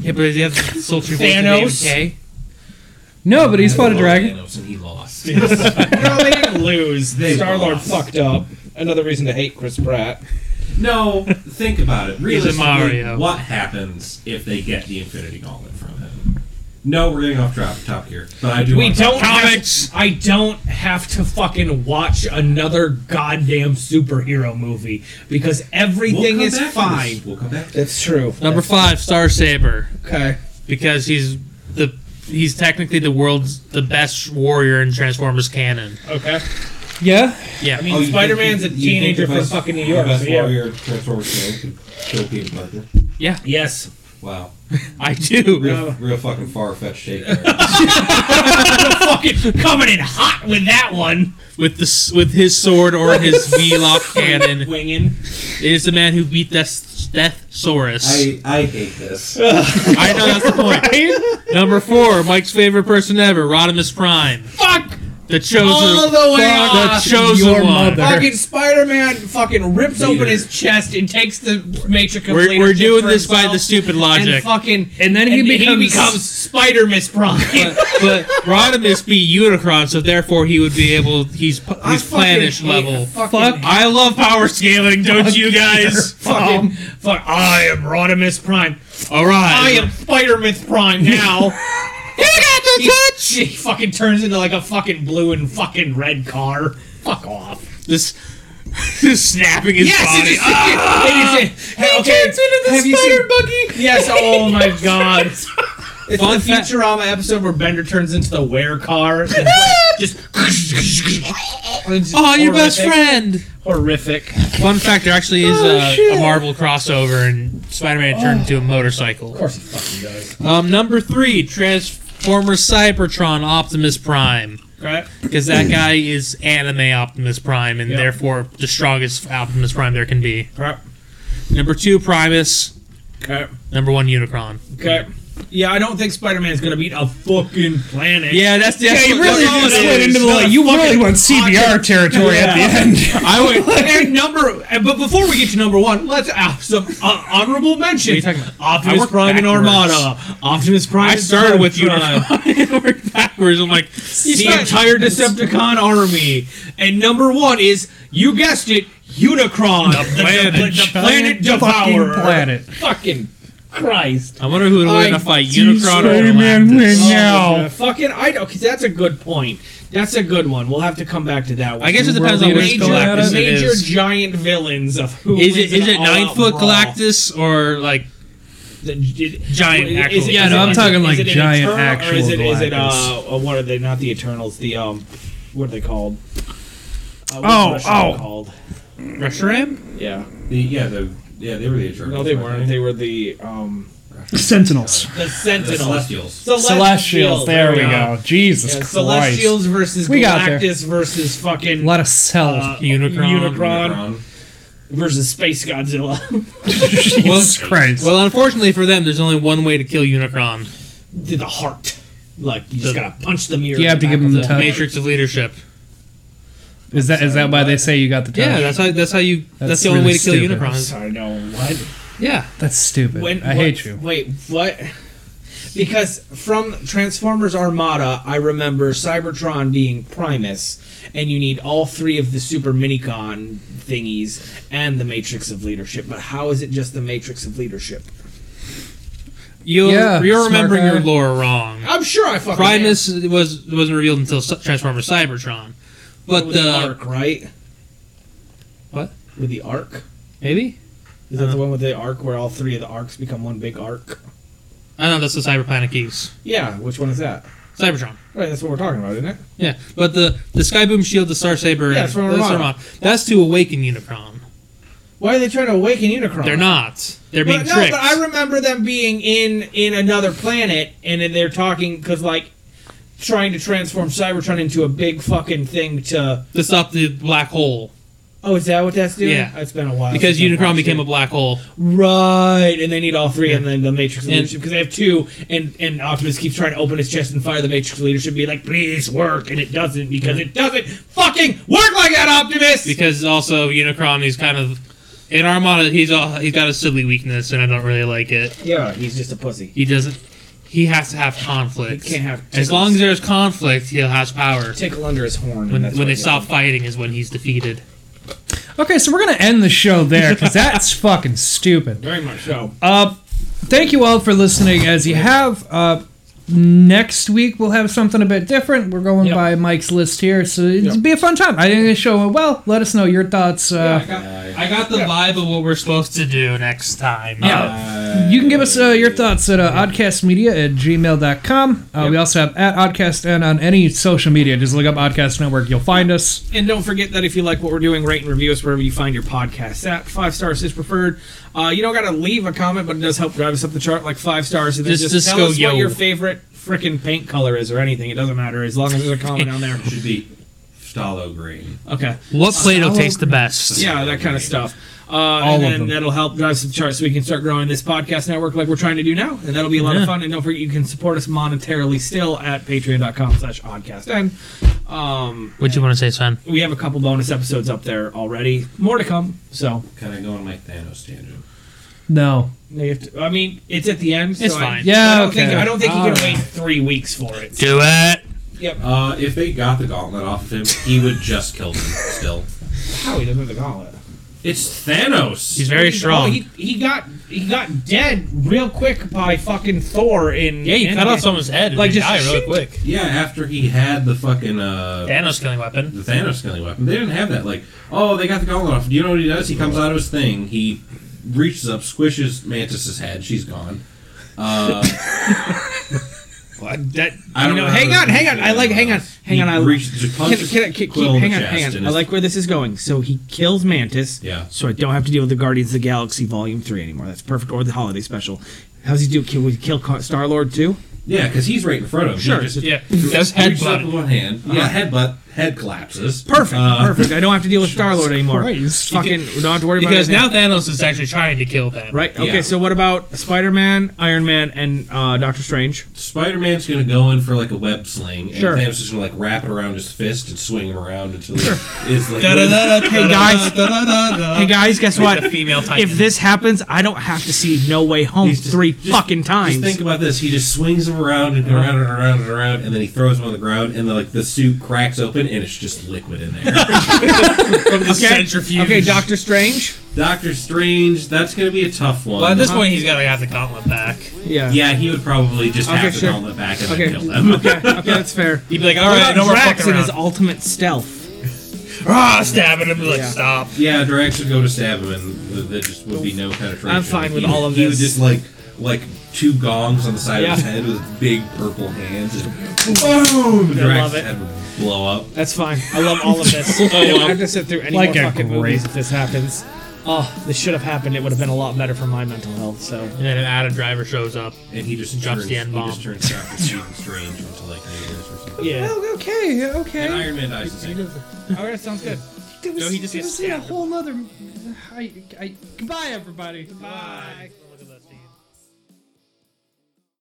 Yeah, but you have the sultry voice of Thanos. AMK. No, but he's fought a dragon. Thanos and [laughs] he lost. no, they didn't lose. They Star Lord lost. fucked up. Another reason to hate Chris Pratt. No, think about it. Realistically, Mario. what happens if they get the Infinity Gauntlet from him? No, we're getting off top, top here, but I do. We want to don't. talk- Comics. Have, I don't have to fucking watch another goddamn superhero movie because We'll everything come is back to fine. this. We'll come back. to It's true. Number five, Star Saber, Okay. because he's the he's technically the world's the best warrior in Transformers canon. Okay. Yeah. Yeah, I mean, Oh, you think- Spider-Man's a you think teenager the from best- fucking New York. The best so yeah. warrior Transformers man could kill Peter Parker. yeah. Yes. Wow. I do. Oh. Real, real fucking far fetched take. [laughs] fucking coming in hot with that one. With the with his sword [laughs] or his V-lock cannon. Winging. is the man who beat Death Deathsaurus. I, I hate this. I know that's the [laughs] point. Number four, Mike's favorite person ever, Rodimus Prime. Fuck! The chosen, All the way Fuck off the chosen your one. mother. Fucking Spider-Man fucking rips open his chest and takes the matrix. of We're, we're leadership doing for this by himself the stupid And logic. fucking, And then he and becomes- he becomes Spider Miss [laughs] [laughs] Prime. but Rodimus be Unicron, so therefore he would be able. He's p- I he's fucking Planish hate- level. fucking Fuck. hate- I love power [laughs] scaling, don't you guys? Fucking fuck! I am Rodimus Prime. All right. I am Spider Miss [laughs] Prime now. You got the he, touch. he fucking turns into like a fucking blue and fucking red car. Fuck off. This, this snapping his Yes, it body. is. it is. Hey, okay, have you seen- buggy. Yes. [laughs] Oh my god. It's Fun the fact- Futurama episode where Bender turns into the wear car. [laughs] And just, [laughs] Oh, your best friend. Horrific. Oh, Fun fact: there actually Oh, is a, a Marvel crossover, and Spider-Man turned into a motorcycle. Of course, he fucking does. Um, number three: Transformers Cybertron Optimus Prime. Right. Because that guy is anime Optimus Prime, and therefore the strongest Optimus Prime there can be. Right. Number two, Primus. Okay. Number one, Unicron. Okay. Yeah, I don't think Spider Man's gonna beat a fucking planet. Yeah, that's the. Yeah, you really did slip into the, like, you really went CBR territory at the end. I [laughs] would. And number, and- but before we get to number one, let's have some uh, honorable mentions. What are you talking I Optimus work Prime and backwards. Armada. Optimus Prime. I and started with Cybertron. [laughs] Unicron. I worked backwards. I'm like, the entire Decepticon army. And number one is, you guessed it, Unicron, the, the- planet. the- the [laughs] planet devourer. Fucking planet. Fucking Christ. I wonder who would win I a fight, Unicron Oh, or win Galactus. now. Uh, fucking, I don't. Cause that's a good point. That's a good one. We'll have to come back to that one. I guess it depends on which major, Galactus it major is. giant villains of who Is it wins is an it nine all-out foot brawl. Galactus or like The gi- Giant is it- actual- is it- Yeah, no, is I'm it- talking is like it an giant Eternal, actual Or is it is it uh, Galactus. uh, what are they? Not the Eternals. The um, what are they called? Uh, what's Oh, Russia oh. called? Reshiram? Yeah. The, yeah, the, yeah, they were the Eternals. No, they weren't weren't. They were the um, Sentinels. the The Sentinels. Celestials. Celestials. There we go. Jesus Yeah, Christ. Celestials versus We got there. Galactus versus fucking A lot of cells. uh, Unicron. Unicron Unicron. versus Space Godzilla. [laughs] [laughs] Jesus Christ. Well, unfortunately for them, there's only one way to kill Unicron: to the heart. Like you The- just gotta punch the mirror. You have to give him the the touch. Matrix of Leadership. Is that is that why they say you got the touch? Yeah, that's how that's how you that's, That's the only really way to kill stupid. Unicron. I know what. Yeah, That's stupid. When, I what- hate you. Wait, what? Because from Transformers Armada, I remember Cybertron being Primus, and you need all three of the Super Minicon thingies and the Matrix of Leadership. But how is it just the Matrix of Leadership? you Yeah, you're smart remembering your guy. lore wrong. I'm sure I fucking Primus was wasn't revealed until Su- Transformers Cybertron, am. but with the the arc, right? What? with the arc? maybe Is that the one with the arc where all three of the arcs become one big arc? I know that's the Cyber Planet Keys Yeah, which one is that? Cybertron. Right, that's what we're talking about, isn't it? Yeah, but the the Skyboom Shield, the Star Saber, Yeah, it's from that's, Armada. Armada. that's to awaken Unicron. Why are they trying to awaken Unicron? They're not. They're being But, no, tricked. but I remember them being in in another planet, and then they're talking because like trying to transform Cybertron into a big fucking thing to. to stop the black hole Oh, is that what that's doing? Yeah. it's been a while. because since I've Unicron watched became it. a black hole. right, and they need all three, and then the Matrix And- leadership because they have two, and and Optimus keeps trying to open his chest and fire the Matrix leadership, be like, please work, and it doesn't because it doesn't fucking work like that, Optimus. Because also Unicron, he's kind of in Armada. He's all, he's got a silly weakness, and I don't really like it. yeah, he's just a pussy. He doesn't. He has to have conflict. He can't have as long as there's conflict, he'll has power. Tickle under his horn. and When, that's when what they he- stop fighting is when he's defeated. Okay, so we're gonna end the show there because that's fucking stupid. very much so. Uh, thank you all for listening. As you have, uh, next week we'll have something a bit different. We're going Yep. by Mike's list here, so it'll be a fun time. I think the show went well. Let us know your thoughts. Uh, I got the vibe of what we're supposed to do next time. You can give us uh, your thoughts at uh, oddcastmedia at gmail.com. Uh, We also have at Oddcast and on any social media. Just look up Oddcast Network. You'll find us. And don't forget that if you like what we're doing, rate and review us wherever you find your podcasts at. Five stars is preferred. Uh, you don't got to leave a comment, but it does help drive us up the chart like five stars. And then Just- just, just tell go, us "Yo." what your favorite freaking paint color is or anything. It doesn't matter as long as there's a comment on [laughs] there. should be Stalo Green. Okay. What Play-Doh Stalo tastes the best? Yeah, that kind of stuff. Uh, All and of then them. that'll help drive some charts so we can start growing this podcast network like we're trying to do now. And that'll be a lot Yeah. of fun. And don't forget, you can support us monetarily still at patreon.com slash oddcast. And um, What'd you want to say, son? we have a couple bonus episodes up there already. More to come. So, Kind of go on my Thanos tangent. No. they have to, I mean, it's at the end. So It's I- fine. Yeah, I don't okay. think, I don't think you All can right. wait three weeks for it. Do it. Uh, if they got the gauntlet off of him, he would just kill them still. How he doesn't have the gauntlet. It's Thanos. He's very He- strong. Oh, he, he got he got dead real quick by fucking Thor in yeah, you cut Endgame. off someone's head and Like, like just die really shoot. quick. yeah, after he had the fucking uh, Thanos killing weapon. the Thanos killing weapon. They didn't have that. Like, oh, they got the gauntlet off. Do you know what he does? He comes out of his thing. He reaches up, squishes Mantis's head. She's gone. Uh, Well, that, I don't you know, remember hang on, the hang on. I like hang on, hang on. I He reached, just can, punches can, can, keep, Quill in hang the on, chest hang on. and I his- like where this is going. So he kills Mantis. Yeah. So I don't have to deal with the Guardians of the Galaxy Volume Three anymore. That's perfect. Or the holiday special. How's he do? Can we kill Star Lord too? Yeah, because he's right in front of him. Sure. He just Yeah, that's reaches up headbutt. Uh-huh. with one hand. Yeah, headbutt. Head collapses. Perfect. Uh, perfect. I don't have to deal [laughs] with Star Lord anymore. Christ. Fucking don't have to worry Because about it now Thanos is actually trying to kill them. Right. Okay. Yeah. So what about Spider Man, Iron Man, and uh, Doctor Strange? Spider-Man's gonna go in for like a web sling, and Sure. Thanos is gonna like wrap it around his fist and swing him around until it's like. Hey guys. Hey guys. Guess what? a female titan. If this happens, I don't have to see No Way Home He's just- three just- fucking times. Just think about this. He just swings him around Uh-huh. and around and around and around, and then he throws him on the ground, and like the suit cracks open, and it's just liquid in there. [laughs] from the centrifuge. Okay, Doctor Strange. Doctor Strange, that's gonna be a tough one. Uh, Well, at this point, he's gotta have the gauntlet back. Yeah. yeah, he would probably just Okay, have to sure. sure. it back and Okay. then [laughs] kill them. Okay, okay, that's fair. He'd be like, "All right, no more Drax fucking in his around." ultimate stealth. Ah, stabbing him. Like, Yeah. stop. Yeah, Drax would go to stab him, and th- there just would be no penetration. I'm fine with He- all of He would this. just like like two gongs on the side Yeah. of his head with big purple hands, and boom, love Drax's it. head would blow up. That's fine. I love all of this. I don't have to sit through any Like more a fucking grape. movies if this happens. Oh, this should have happened. It would have been a lot better for my mental health. So And then an Adam Driver shows up. And he just Drops turns, the he N-bomb. just turns Doctor Strange into like an alias or something. yeah. Oh, Okay, And okay. Iron Man dies the same. All right, sounds good. There was, No, he just there gets was a stabbed. whole nother. I, I, goodbye, everybody. Goodbye.